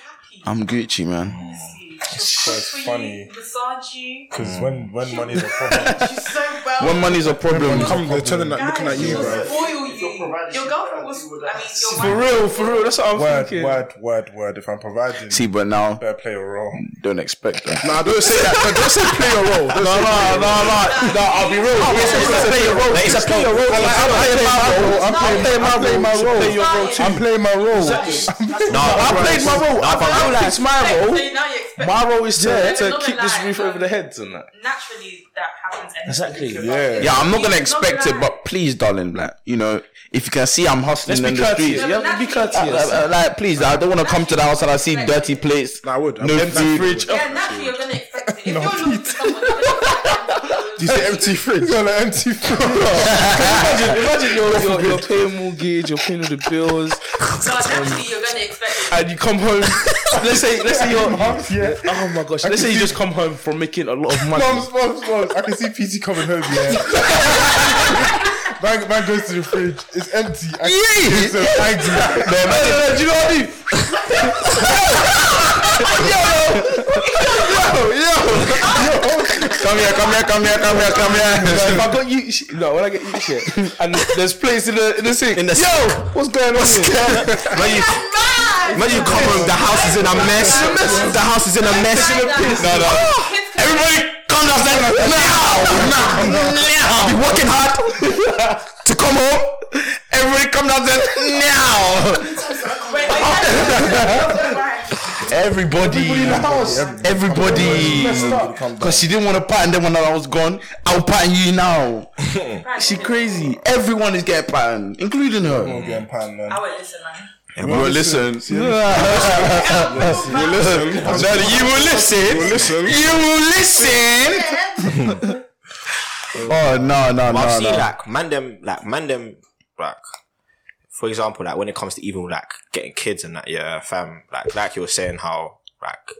S1: I'm Gucci,
S8: Mm.
S1: man.
S8: She's
S9: quite
S8: for
S9: funny.
S8: You, massage you.
S9: Because when when money's a problem,
S8: She's so well.
S1: When money's a problem,
S3: Come, they're turning that,
S8: Guys,
S3: looking at you,
S8: she'll
S3: bro.
S8: spoil you. Your girlfriend was. I mean, your
S10: For
S8: wife-
S10: real, for real. That's what I'm
S9: Word,
S10: thinking.
S9: word, word, word. If I'm providing,
S1: see, but now
S9: better play a role.
S1: don't expect that.
S3: Nah, don't say that. No, Don't say play a role. Don't say play a role.
S1: no, no, I'll be real. It's a player role. It's a player role. I'm playing my role. I'm playing my role. I'm playing my role.
S2: no, I played my role.
S1: I played my
S8: So
S1: role.
S8: now you expect
S10: My role is to,
S8: Yeah.
S10: to
S8: Not
S10: keep
S8: gonna
S10: this
S8: lie.
S10: roof over the heads and that.
S8: naturally that happens. anyway.
S10: Exactly.
S9: Yeah.
S1: Yeah, I'm not gonna
S8: Not
S1: expect it,
S8: bad.
S1: but please, darling, like you know, if you can see I'm hustling in
S10: Let's be
S1: the
S10: courteous.
S1: street,
S10: You have to be
S1: Uh,
S10: courteous.
S1: uh, uh, like please, I don't want to come to the house and I see dirty plates.
S3: Nah, I would. I'm
S1: No
S3: empty
S1: food.
S3: fridge.
S8: Yeah, naturally you're gonna expect it. If you're looking for someone, you're gonna
S3: You say empty fridge. No, no, empty fridge.
S10: imagine, imagine you're, you're, you're paying mortgage, you're paying all the bills,
S8: expect it. naturally you're gonna expect it.
S10: and you come home. Let's say, let's say you're. Oh my gosh! Let's say you just come home from making a lot of money.
S9: Moms, moms, moms. I can see PT coming home, yeah. man, man goes to the fridge. It's empty. I can see some bags in it.
S10: No, no, no, uh, do you know what I mean?
S1: Come here, come here, come here, come here, come
S10: No,
S1: here.
S10: if I got you, shit- no, when I get you shit, and there's plates in the in the sink.
S1: In the
S10: Yo, what's going on here?
S1: When you
S8: Bad.
S1: when you come home, the house is in a mess. The house is in a mess. No, no.
S8: Kids can-
S1: Everybody come downstairs now, now, now. Be working hard to come home. Everybody come downstairs now.
S8: Wait, wait, wait, wait.
S1: Everybody, everybody, because she didn't want to pattern them when I was gone. I'll pattern you now.
S8: Right.
S1: She crazy. Everyone is getting patterned, including her.
S9: Getting pan, man.
S8: I won't listen, man.
S1: Well, listen. You will listen.
S3: listen.
S1: You will listen. Oh no no no
S2: But I've seen
S1: no.
S2: like man them like man them like for example like when it comes to even like getting kids and that yeah fam like like you were saying how like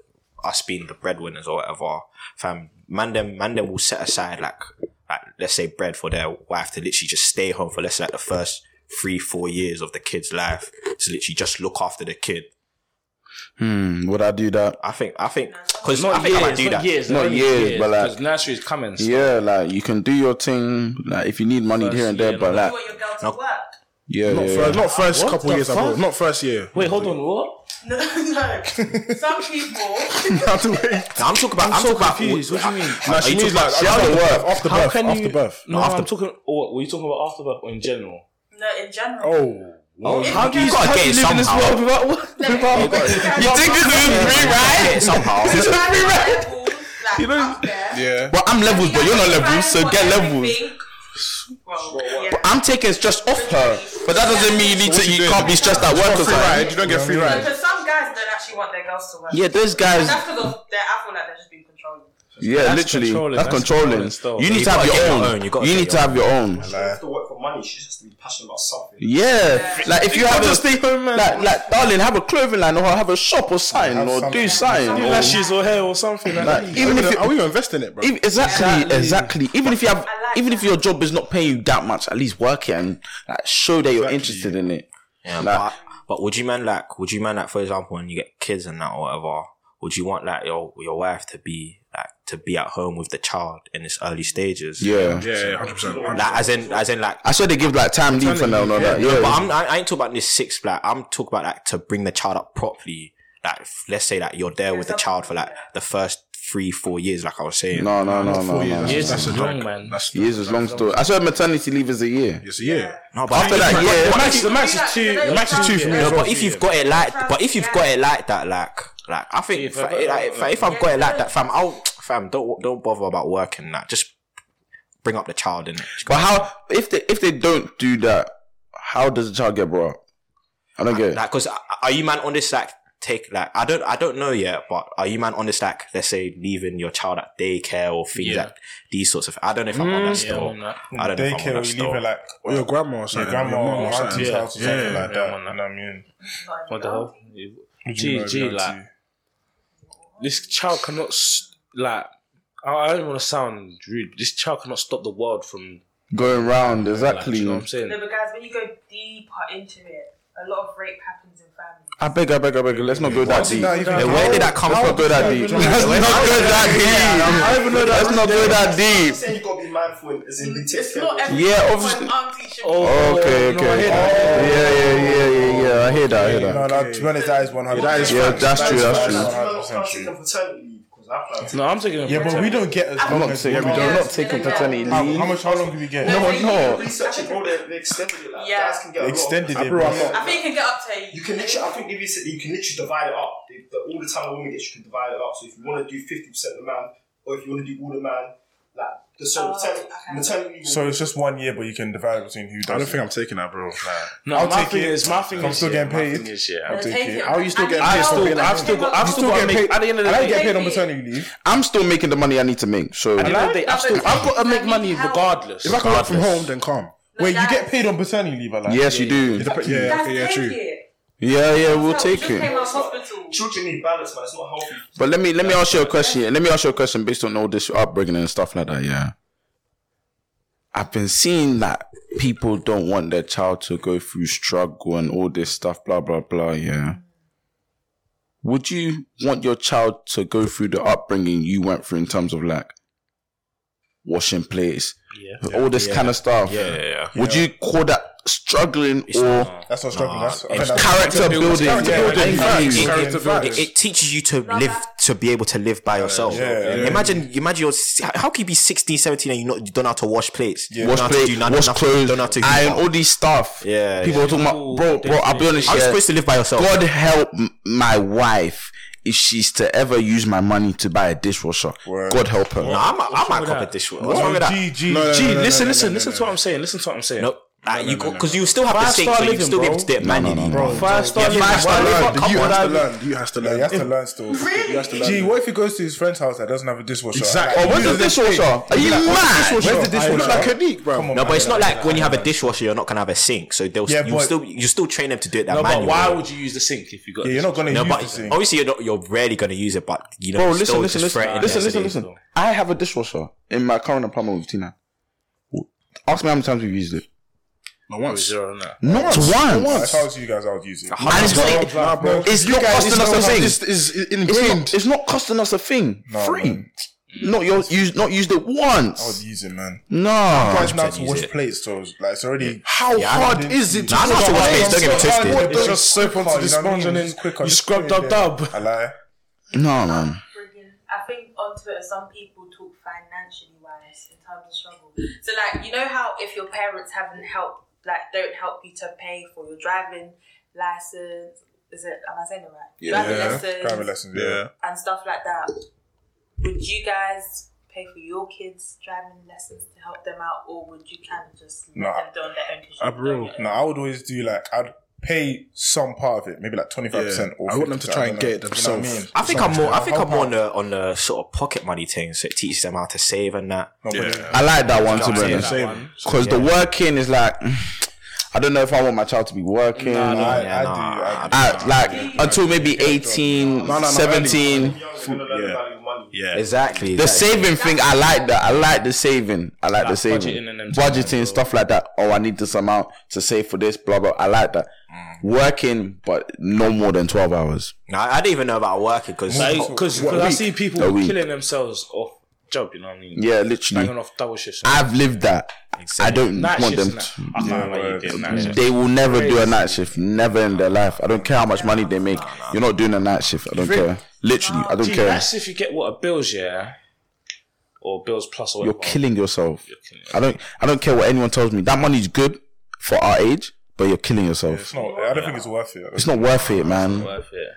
S2: us being the breadwinners or whatever fam man them man them will set aside like like let's say bread for their wife to literally just stay home for let's say like the first three four years of the kid's life to literally just look after the kid.
S1: Hmm, would I do that?
S2: I think I think because I
S10: Not
S2: think I might
S10: years,
S2: do
S10: not
S2: that.
S10: years,
S1: Not
S10: only
S1: years, but like-
S10: 'cause nursery is coming. so-
S1: Yeah, like you can do your thing. Like if you need money here and there,
S10: year,
S1: but like
S8: You want your girl to work?
S1: yeah, yeah,
S3: Not
S1: yeah.
S3: first, not first
S10: What
S3: couple
S10: the
S3: years, I
S10: fuck?
S3: bro. Not first year.
S10: Wait, hold on. What?
S8: No, no. Some people.
S2: No, I'm talking about I'm, talking about
S10: Confused. What do you mean?
S3: Nah, she
S2: you
S3: means like
S2: talking about-
S3: after birth, after
S10: How
S3: birth,
S10: can you-
S3: after birth.
S10: No, I'm talking. Oh, what, were you talking about afterbirth or in general?
S8: No, in general.
S3: Oh,
S8: Oh,
S10: How do you,
S2: gotta
S10: how do
S2: get
S10: you
S2: it
S10: live in this
S2: somehow.
S10: world without what? Without
S1: You think this is free
S2: Yeah,
S1: ride?
S2: somehow.
S8: Like, you know, up there.
S3: yeah.
S1: But I'm levels, but you're not levels, so get levels.
S8: Well, yeah.
S1: I'm taking stress off her, but that doesn't mean you need to. You can't be stressed at work.
S3: Free
S1: Cause like,
S3: ride. You don't get free ride.
S8: Because some guys don't actually want their girls to work.
S1: yeah, those guys.
S8: That's because of their. I feel like they're just being controlled. controlling.
S1: Yeah,
S8: That's
S1: literally.
S8: controlling,
S1: That's,
S8: that's
S1: controlling.
S8: controlling still.
S1: You
S8: Yeah,
S1: need
S8: you
S1: to
S8: gotta
S1: have
S8: get
S1: your
S8: your
S1: own.
S8: own, you
S1: You,
S8: gotta get
S1: need to
S8: your
S1: have your own.
S11: She doesn't have to work for money. She just has to be passionate about something.
S1: Yeah. Like if you,
S11: You
S1: have
S11: gotta
S1: a,
S11: stay home, man.
S1: Like, like, darling, have a clothing line or have a shop or sign
S3: Have
S1: or
S3: something.
S1: do sign.
S3: Do
S10: oh.
S1: or-
S3: lashes
S10: or hair or something.
S3: like
S1: Like,
S3: that. Are
S1: even
S3: we
S1: if
S3: gonna-
S1: you-
S3: are we gonna invest in it, bro?
S1: Even, exactly, exactly. Even if you have, even if your job is not paying you that much, at least work it and like show that you're interested in it.
S2: Yeah,
S1: Like-
S2: Um, but, but would you man like would you man like for example when you get kids and that or whatever, would you want like your your wife to be like to be at home with the child in its early stages?
S1: Yeah.
S3: Yeah, hundred percent.
S2: Like as in as in like
S1: I swear they give like time leave and all that. Yeah,
S2: but I'm, I, I ain't talking about this six. Like I'm talking about like to bring the child up properly. Like f- let's say that you're there with the child for like the first three four years. Like I was saying.
S1: no, no, no, no, no.
S3: Years
S1: no.
S3: is long, man. That's
S1: Years is long story. I swear maternity leave is a year.
S3: It's a year.
S2: No, but
S1: After that year,
S8: max is two- the max is two for me
S2: No,
S8: as well.
S2: but if you've got it like, but if you've got it like that, like, like I think if, I, like, if, I- if I've got it like that, fam, I'll, fam, don't don't bother about working that. Just bring up the child in it.
S1: But how if they if they don't do that, how does the child get brought up? I don't get it.
S2: Like, cause are- are you man on this like take like I don't I don't know yet, but are you man on this like let's say leaving your child at daycare or things
S10: Yeah.
S2: like these sorts of I don't know if I'm on
S10: Mm.
S2: that
S10: Yeah,
S2: still.
S10: I'm on that.
S2: I don't know if I'm on
S9: Daycare,
S2: that
S9: you leave
S2: still.
S9: it like
S3: Or your grandma or
S9: your
S3: something.
S9: grandma
S3: mum
S9: or auntie's
S3: yeah.
S9: house or
S3: yeah.
S9: something like
S10: Yeah, I'm
S9: that.
S10: on
S9: You know what I mean?
S10: What the hell?
S9: you
S10: G
S9: know
S10: G
S9: if you
S10: like
S9: auntie?
S10: this child cannot s- like I, I don't want to sound rude. This child cannot stop the world from
S1: Going round
S10: like, do
S1: exactly.
S10: you know what I'm saying.
S8: No, but guys, when you go deeper into it, a lot of rape happens in families.
S1: I beg, I beg, I beg. Let's not go that deep.
S3: that even
S1: Then Where did that come from? Let's not go that deep. Let's not go that deep. Let's not go that
S11: You
S1: deep.
S11: said you gotta be mindful in- as in the
S8: It's not every
S1: Yeah,
S8: single
S1: obviously-
S8: one auntie should be.
S1: Oh, okay, okay. Yeah, yeah, yeah, yeah, yeah. I hear that. I hear
S9: No,
S1: that.
S9: no, to be honest, that is 100%.
S1: That is yeah, that's true. That's true.
S10: No, I'm taking.
S9: Yeah, but we don't get as
S1: I'm
S9: long
S1: not
S9: as
S1: taking.
S9: we
S1: I'm not taking paternity
S9: How,
S1: leave.
S9: how much? How long do we get?
S1: No, we're not.
S11: Researching all the, the extended it like
S8: Yeah.
S11: guys can get a
S9: They
S11: lot
S9: extended
S11: of,
S9: it, bro.
S8: I think you can get up to
S11: You can literally, I think if you said you can literally divide it up. The, the, all the time a woman gets, you can divide it up. So if you want to do fifty percent the man, or if you want to do all the man, like the so
S8: Oh,
S11: maternity,
S8: okay.
S11: maternity leave.
S9: So it's just one year, but you can divide between who does.
S3: I don't think I'm taking that, bro. Like,
S10: No,
S9: I'll
S10: my
S9: take
S10: thing
S9: it.
S10: is my thing
S9: I'm
S10: is
S9: still
S10: yeah,
S9: getting
S10: my
S9: paid.
S10: thing is, yeah.
S8: No,
S9: I'll take
S8: take
S9: it.
S8: it.
S9: How are you still
S8: And
S9: getting
S8: you
S9: paid?
S8: know-
S9: for being
S8: I've
S9: at
S8: still
S9: home?
S8: got- I've
S9: You
S8: still got
S9: getting
S8: paid-
S9: At the end of the day, I don't get paid on
S8: Take it.
S9: maternity leave.
S1: I'm still making the money I need to make. So
S10: At the end of the day, I've still I've got to make money
S8: Help.
S10: regardless.
S9: If I can work from home, then calm. Wait, you
S8: that-
S9: get paid on paternity leave? Like,
S1: yes, you do.
S9: It dep- yeah,
S8: Guys,
S9: okay, yeah,
S8: take
S9: true.
S8: it.
S1: Yeah, yeah, we'll
S8: Help.
S1: take
S8: Just came
S1: it.
S8: out of hospital.
S11: Children need balance, man. It's not healthy.
S1: But let me let me ask you a question. Let me ask you a question based on all this upbringing and stuff like that. Yeah, I've been seeing that people don't want their child to go through struggle and all this stuff. Blah blah blah. Yeah. Would you want your child to go through the upbringing you went through in terms of like washing plates, all this kind of stuff?
S2: Yeah, yeah, yeah.
S1: Would you call that struggling or
S9: That's not struggling. That's I think that's-
S1: character building?
S9: character building.
S1: Thank you.
S9: Yeah.
S2: It,
S9: Character
S2: it- it teaches you to live to be able to live by yourself.
S9: yeah, yeah.
S2: Imagine, imagine you're s- how can you be 16, 17 and you, not, you don't know how to wash plates, you don't
S1: Wash
S2: know how to
S1: plate,
S2: do none,
S1: wash
S2: nothing,
S1: clothes,
S2: don't know how to.
S1: iron, all these stuff.
S2: Yeah,
S1: People are talking about, bro, bro, I'll be honest,
S2: I'm
S1: yeah.
S2: supposed to live by yourself.
S1: God help m- my wife if she's to ever use my money to buy a dishwasher.
S9: Word.
S1: God help her.
S2: No, I'm, I might cop a dish. What's wrong with that?
S9: G, G,
S3: No, no,
S10: Gee,
S9: G.
S3: no, no,
S10: listen,
S9: no,
S10: listen,
S9: no,
S10: listen
S9: no,
S10: to what I'm saying. Listen to what I'm saying.
S2: Nope. Like, you because you still have the sink,
S10: Five-star
S2: so you
S10: living,
S2: still be
S10: bro.
S2: able to do it manually.
S9: Bro,
S10: Five star
S2: Yeah,
S10: living,
S2: five star
S10: bro.
S2: living.
S10: Come
S3: You
S10: on,
S3: have to
S10: man.
S3: learn. You has to
S9: Yeah,
S3: learn.
S9: he has to learn still.
S8: Really?
S9: You has to learn. Gee, what if he goes to his friend's house that doesn't have a dishwasher?
S1: Exactly. Oh, where's the dishwasher? Are you mad?
S9: Where's the dishwasher?
S1: Look like a leak, bro.
S9: Come on,
S2: No, but
S9: man.
S2: it's not like when you have a dishwasher, you're not gonna have a sink. So they'll
S9: Yeah,
S2: you'll
S9: but-
S2: still you still train them to do it that
S10: No,
S2: manually.
S10: but why would you use the sink if you got?
S9: Yeah, you're not gonna
S2: No,
S9: use
S2: but oh,
S9: the thing.
S2: obviously you're not, you're rarely gonna use it. But you know,
S1: Bro,
S2: it's
S1: listen,
S2: still
S1: listen,
S2: just
S1: listen,
S2: threatening
S1: listen,
S2: as it
S1: listen,
S2: is.
S1: listen. I have a dishwasher in my current apartment with Tina. Ask me how many times we've used it.
S3: No, once.
S10: Zero on that.
S1: Not
S9: If I
S1: once.
S9: was you guys, I would use it.
S1: And it's not,
S9: Nah, bro.
S1: it's not costing us a thing.
S3: This is
S1: It's not,
S3: ingrained.
S1: it's not costing us a thing.
S9: No,
S1: Free.
S9: man.
S1: Not your use. Not used it
S9: I would
S1: once.
S9: use it, man.
S1: No.
S9: Guys, now to
S2: use
S9: wash
S2: it.
S9: plates, so it's like it's already.
S3: How
S2: Yeah, I
S3: hard
S9: didn't-
S3: is it to
S2: Nah, I know how to wash plates, don't get me twisted.
S3: What
S9: It's
S3: the-
S9: just soap
S3: onto the sponge and then
S9: quick
S3: you scrub the dub.
S9: I lie.
S1: No, man.
S8: Friggin- I think on Twitter, some people talk financially wise in times of struggle. So, like, you know how if your parents haven't helped, like, don't help you to pay for your driving license, is it? Am I saying it right? Driving lessons
S9: Private lessons. Yeah.
S8: and stuff like that. Would you guys pay for your kids' driving lessons to help them out, or would you kind of just let
S9: No,
S8: them do on their own? 'cause you
S3: I
S8: don't
S3: bro,
S8: know?
S9: No, I would always do like I'd pay some part of it, maybe like twenty five percent.
S2: Yeah.
S9: or
S2: I want them to
S9: 50%,
S2: try and
S9: don't know.
S2: get it
S9: You know what mean?
S2: I think I'm more. I think
S9: Whole
S2: I'm more on
S9: part.
S2: the on the sort of pocket money thing, so it teaches them how to save and that.
S1: I like that one
S2: Yeah,
S1: to
S2: I
S1: be
S2: like
S1: honest.
S2: that one.
S1: Because the
S2: Yeah.
S1: working is like, I don't know if I want my child to be working.
S2: Nah, nah,
S1: I,
S2: yeah, nah.
S1: I- like until maybe 18, 17.
S2: Yeah, exactly.
S1: The
S2: exactly.
S1: saving thing, I like that. I like the saving. I like the saving.
S10: budgeting and them
S1: Budgeting, stuff like that. Oh, I need this amount to save for this, blah, blah. I like that. Working, but no more than 12 hours.
S2: No, I I didn't even know about working because
S10: Because I see people
S1: A week.
S10: killing themselves off job, you know what I mean?
S1: Yeah, literally.
S10: Banging off double shifts.
S1: I've lived that. I don't
S10: Night
S1: want
S10: shifts
S1: them to.
S10: and that. I can't lie, you did night shifts.
S1: They will never do a night shift, never in their life. I don't care how much money they make. You're not doing a night shift. I don't
S10: Really?
S1: care. Literally, I don't
S10: Gee,
S1: care.
S10: That's if you get what a bills, yeah, or bills plus or
S1: You're
S10: whatever.
S1: killing yourself. I don't. I don't care what anyone tells me. That money's good for our age, but you're killing yourself.
S9: It's not. I don't think it's worth it.
S1: It's not worth it, man.
S10: Worth it.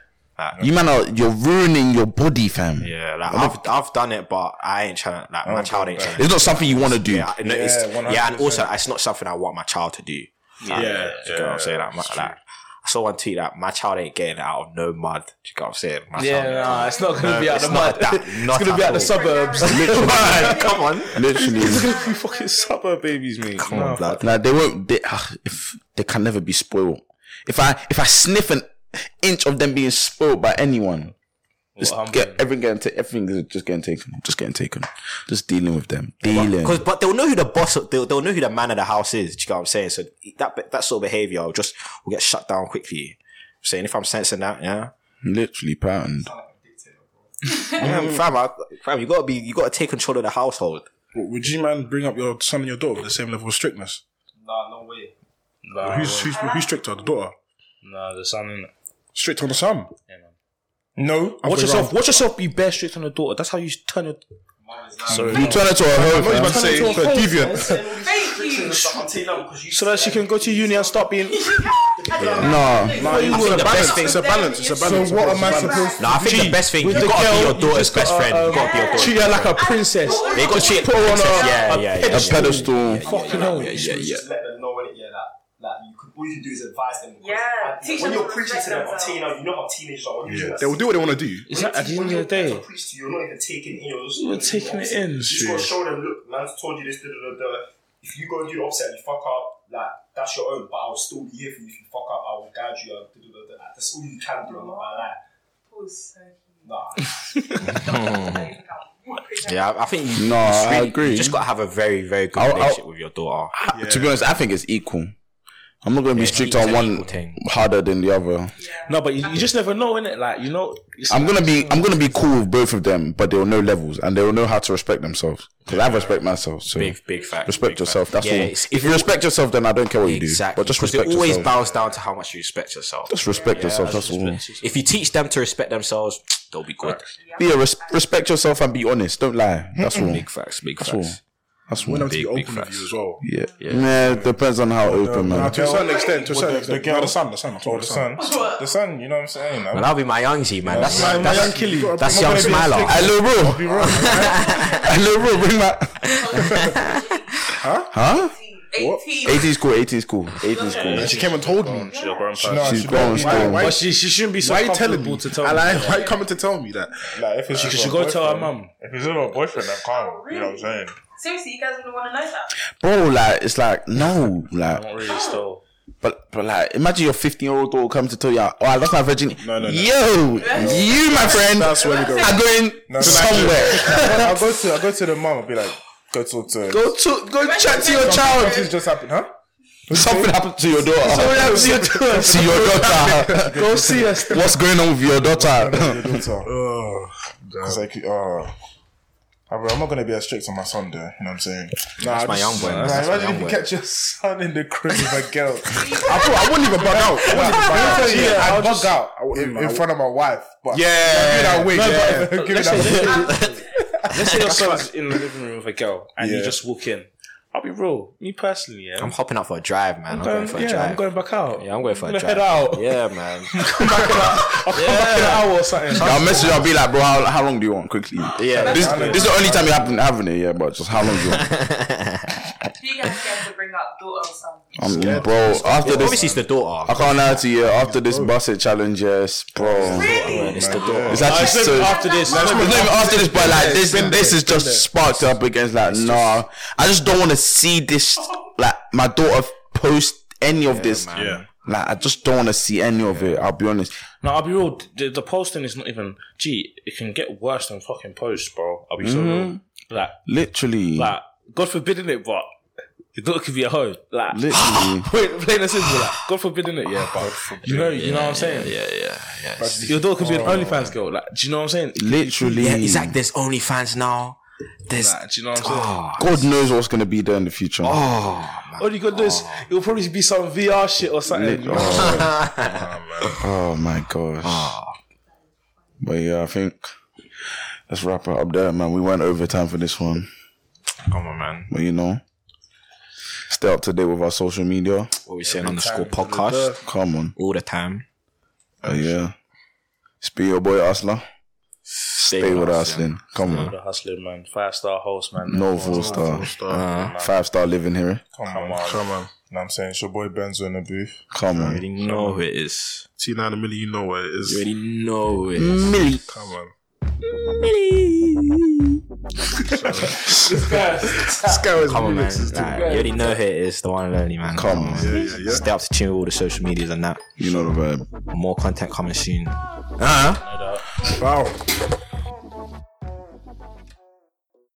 S1: You man, are, you're ruining your body, fam.
S2: Yeah, like I've, I've done it, but I ain't trying. Like
S10: Oh,
S2: my child ain't. Trying
S1: It's not something you want to do.
S2: Yeah, I- no, it's, yeah, and also it's not something I want my child to do.
S1: Yeah,
S2: Like, do you get what I'm saying? Like, my, like, I saw one tweet that my child ain't getting out of no mud. Do you get what I'm saying? My
S10: Yeah,
S2: son-
S10: nah, it's not gonna
S2: No,
S10: be out
S2: it's
S10: the
S2: not
S10: mud.
S2: that- not
S10: it's gonna be
S2: at
S10: out the
S2: all.
S10: suburbs.
S2: Literally. Come on.
S1: Literally.
S10: It's gonna be fucking suburb babies, mate.
S1: Come
S10: Nah,
S1: on, blood. Nah, they won't. They, ah, if they can never be spoiled. If I if I sniff an inch of them being spoiled by anyone, just get everything getting ta- everything is just getting taken, just getting taken, just dealing with them, dealing.
S2: Because, but they'll know who the boss. They'll, they'll know who the man of the house is. Do you get what I'm saying? So that that sort of behavior will just will get shut down quickly. I'm saying if I'm sensing that, yeah,
S1: Literally patterned. Mm.
S2: yeah fam, I, fam, you gotta be, you gotta take control of the household.
S9: But would you man bring up your son and your daughter with the same level of strictness?
S11: Nah, no way.
S10: Nah,
S9: who's, who's who's stricter, the daughter?
S10: nah, the son. innit?
S9: Strict on the son. No,
S10: Watch yourself.
S9: What?
S10: Watch yourself. Be bare strict on the daughter. That's how you turn your.
S9: Sorry,
S1: You turn it to a
S9: I
S1: hoe,
S9: know you about to
S1: fam.
S9: say
S10: Turn it to a
S9: for
S10: hoe,
S9: deviant.
S10: So that she can go to uni and stop being.
S1: No,
S9: Nah, you
S2: I
S9: want
S2: think
S9: a
S2: the
S9: balance.
S2: best thing-
S9: It's a balance. It's a balance.
S10: So what am I
S9: It's a
S10: supposed
S9: balance.
S2: No, I think the best thing you gotta be your daughter's best friend. you gotta be
S1: uh,
S2: your daughter's
S10: Treat her like a princess.
S2: friend. They gotta treat her like a princess. Yeah, yeah, yeah.
S1: a pedestal.
S10: Fucking hell.
S2: Yeah, yeah.
S11: Just let them know when it, yeah, that. Like you could, all you can do is advise them. because
S8: Yeah,
S11: I-
S8: teach
S11: when
S8: them
S11: you're
S8: to
S11: preaching to
S8: respect
S11: them,
S8: themselves.
S11: you know, you know how teenagers are. When you do
S9: Yeah,
S11: that
S9: They will do what they want to do.
S10: It's not at the end of the
S11: to
S10: day.
S11: preach to you, you're not even taking in. You're, just,
S10: You're taking it in.
S11: You just gotta show them. Look, man's told you this. Da, da, da, da. If you go and do the opposite and you fuck up, like that's your own. But I'll still be here for you. If you fuck up, I will guide you. I'll Da, da, da, da. Like, that's all you can do. I'm not gonna lie. Nah.
S2: Yeah, I- I think you,
S1: No,
S2: you
S1: I agree.
S2: You just gotta have a very, very good
S1: I'll- I'll-
S2: relationship with your daughter.
S1: To be honest, I think it's equal. I'm not going to be strict on one
S2: thing.
S1: harder than the other.
S10: No, but you, you just never know, innit? Like you know, it's
S1: I'm gonna be I'm gonna be cool with both of them, but they will know levels and they will know how to respect themselves. Because I respect myself. So
S2: Big, big fact.
S1: respect
S2: big
S1: yourself.
S2: fact.
S1: That's
S2: Yeah,
S1: all.
S2: it's-
S1: If you respect yourself, then I don't care what you do.
S2: Exactly.
S1: But just
S2: because
S1: respect
S2: it always
S1: yourself.
S2: bows down to how much you respect yourself.
S1: Just respect yourself. That's all.
S2: If you teach them to respect themselves, they'll be good.
S1: Be a res- respect yourself and be honest. Don't lie. That's all.
S2: Big facts. Big
S1: That's all.
S2: facts.
S1: That's
S9: We
S1: all.
S9: want them to be open with you as well.
S1: Yeah. Yeah. It depends on how open,
S9: Nah,
S1: man.
S9: to a certain extent, to a
S3: Well,
S9: certain
S3: the-
S9: extent.
S3: the
S9: No,
S3: girl-
S9: the son, the son. I'm talking
S3: Oh, the
S9: about the son.
S3: son.
S9: The son, you know what I'm saying?
S2: Well, that'll be my youngie, man. That's
S9: My- my
S2: that's,
S9: young killie.
S2: that's, young
S9: I'm gonna be
S2: smiler.
S9: a
S1: Ah, Hello,
S9: I'll
S1: bro.
S9: be wrong.
S1: Hello, bro. Bring that. Huh? Huh?
S8: 18.
S1: 80 is cool. 80 is cool. 80 is cool.
S9: And she came and told me.
S10: She's a grown
S9: No,
S10: person.
S1: She's
S9: she
S1: grown
S9: don't- why-
S1: still.
S9: why-
S10: But she, she shouldn't be so
S9: Why are you
S10: comfortable
S9: telling me?
S10: to tell
S9: and
S10: me.
S9: like, why are you coming to tell me that? Like, if it's
S10: She
S9: just
S10: should
S9: a
S10: go tell her
S9: boyfriend-
S10: mum.
S9: If it's not a boyfriend, I can't. You know what I'm saying?
S8: Seriously, you guys wouldn't want to know that.
S1: Bro, like, it's like, no. Like,
S10: Not really still.
S1: But but like, imagine your 15 year old daughter comes to tell you, "Oh, I lost my virginity."
S9: No, no, no.
S1: Yo, you, my friend,
S9: That's where we go.
S1: are going
S9: No, no,
S1: somewhere.
S9: I'll go to I'll go to the mum and be like, go talk to her.
S1: go to go chat to your
S9: Something's
S1: child.
S9: just happened, huh?
S1: Something happened to your daughter. Something happened to your daughter.
S10: Go see us.
S1: What's going on with your
S9: Your
S1: daughter?
S9: daughter. Because like, oh. Ah, bro, I'm not gonna be as strict on my son, though. You know what I'm saying? Nah,
S2: That's my
S9: just-
S2: young boy, man.
S9: Nah,
S2: That's my
S9: imagine
S2: young
S9: if you
S2: boy.
S9: catch your son in the crib with a girl.
S1: I, I wouldn't even bug out.
S9: I wouldn't bug out.
S1: Yeah,
S9: I'd bug out in, in front of my wife. But
S1: Yeah,
S9: Wait, yeah. Give it
S10: Let's
S9: that
S10: say, let's say your son's in the living room with a girl and
S9: Yeah.
S10: you just walk in. I'll be real. Me personally, yeah.
S2: I'm hopping out for a drive, man. I'm, going
S10: Um,
S2: for a
S10: yeah,
S2: drive.
S10: I'm going back out.
S2: yeah, I'm going for
S10: I'm
S2: a
S10: gonna
S2: drive.
S10: head out.
S2: Yeah, man.
S10: Back in an hour or something.
S1: I'll message. her, I'll be like, bro, how, how long do you want? Quickly.
S2: Yeah.
S1: This, this is the only time you happen having it. Yeah, but just how long do you want?
S8: He you guys scared to bring up daughter or something?
S1: I'm, bro, after
S2: Yeah,
S1: this,
S2: obviously it's the daughter.
S1: I can't lie to you. After this busted challenge, yes, bro.
S2: Really? It's the daughter.
S1: It's
S2: No,
S1: actually
S2: it's
S1: so.
S2: been after this.
S1: No, it's not even after this, but like this, this is just sparked up against like, nah. I just don't want to see this. Like my daughter post any of this.
S10: man.
S1: Like I just don't want to see any of it. I'll be honest.
S10: No, I'll be real. The, the posting is not even. Gee, it can get worse than fucking posts, bro. I'll be so real.
S9: Mm-hmm.
S1: Mhm.
S10: Like,
S1: Literally,
S10: like, God forbidden it, but your daughter could be at home. Like,
S1: literally.
S10: Wait, plain and simple. Like, God forbidden it, yeah, but you know, you know what I'm saying. Yeah,
S2: yeah, yeah.
S10: Your daughter could be an OnlyFans girl. Like, do you know what I'm saying?
S1: literally.
S2: Yeah, exactly. There's OnlyFans now. There's
S10: Nah, do you know what I'm saying?
S1: God knows what's gonna be there in the future.
S2: Oh,
S10: All you gotta do is it'll probably be some VR shit or something. you know?
S1: Oh my gosh. But yeah, I think let's wrap it up there, man. We went over time for this one.
S2: Come on, man.
S1: But you know, stay up to date with our social media.
S2: What we saying on the school podcast
S1: Come on.
S2: all the time.
S1: Oh, yeah. Speed your boy Asla. Stay, with us, then. Come
S10: The
S1: on.
S10: hustler, man. Five star host, man.
S1: No full star.
S2: Uh,
S10: man.
S1: Five star living here.
S3: Come, on, come on. Know what I'm saying? It's your boy Benzo in the booth.
S1: Come on.
S2: You know who it is.
S3: T9 and Millie, you know what it is.
S2: You already know who it is.
S1: Millie.
S3: Come on.
S9: This guy was
S2: Come on, man. Like, you already know who it is. The one and only, man.
S1: Come on.
S3: Yeah, yeah, yeah.
S2: Stay up to tune with all the social medias and that.
S1: You know the vibe.
S2: More content coming soon.
S1: Uh-huh.
S3: Wow.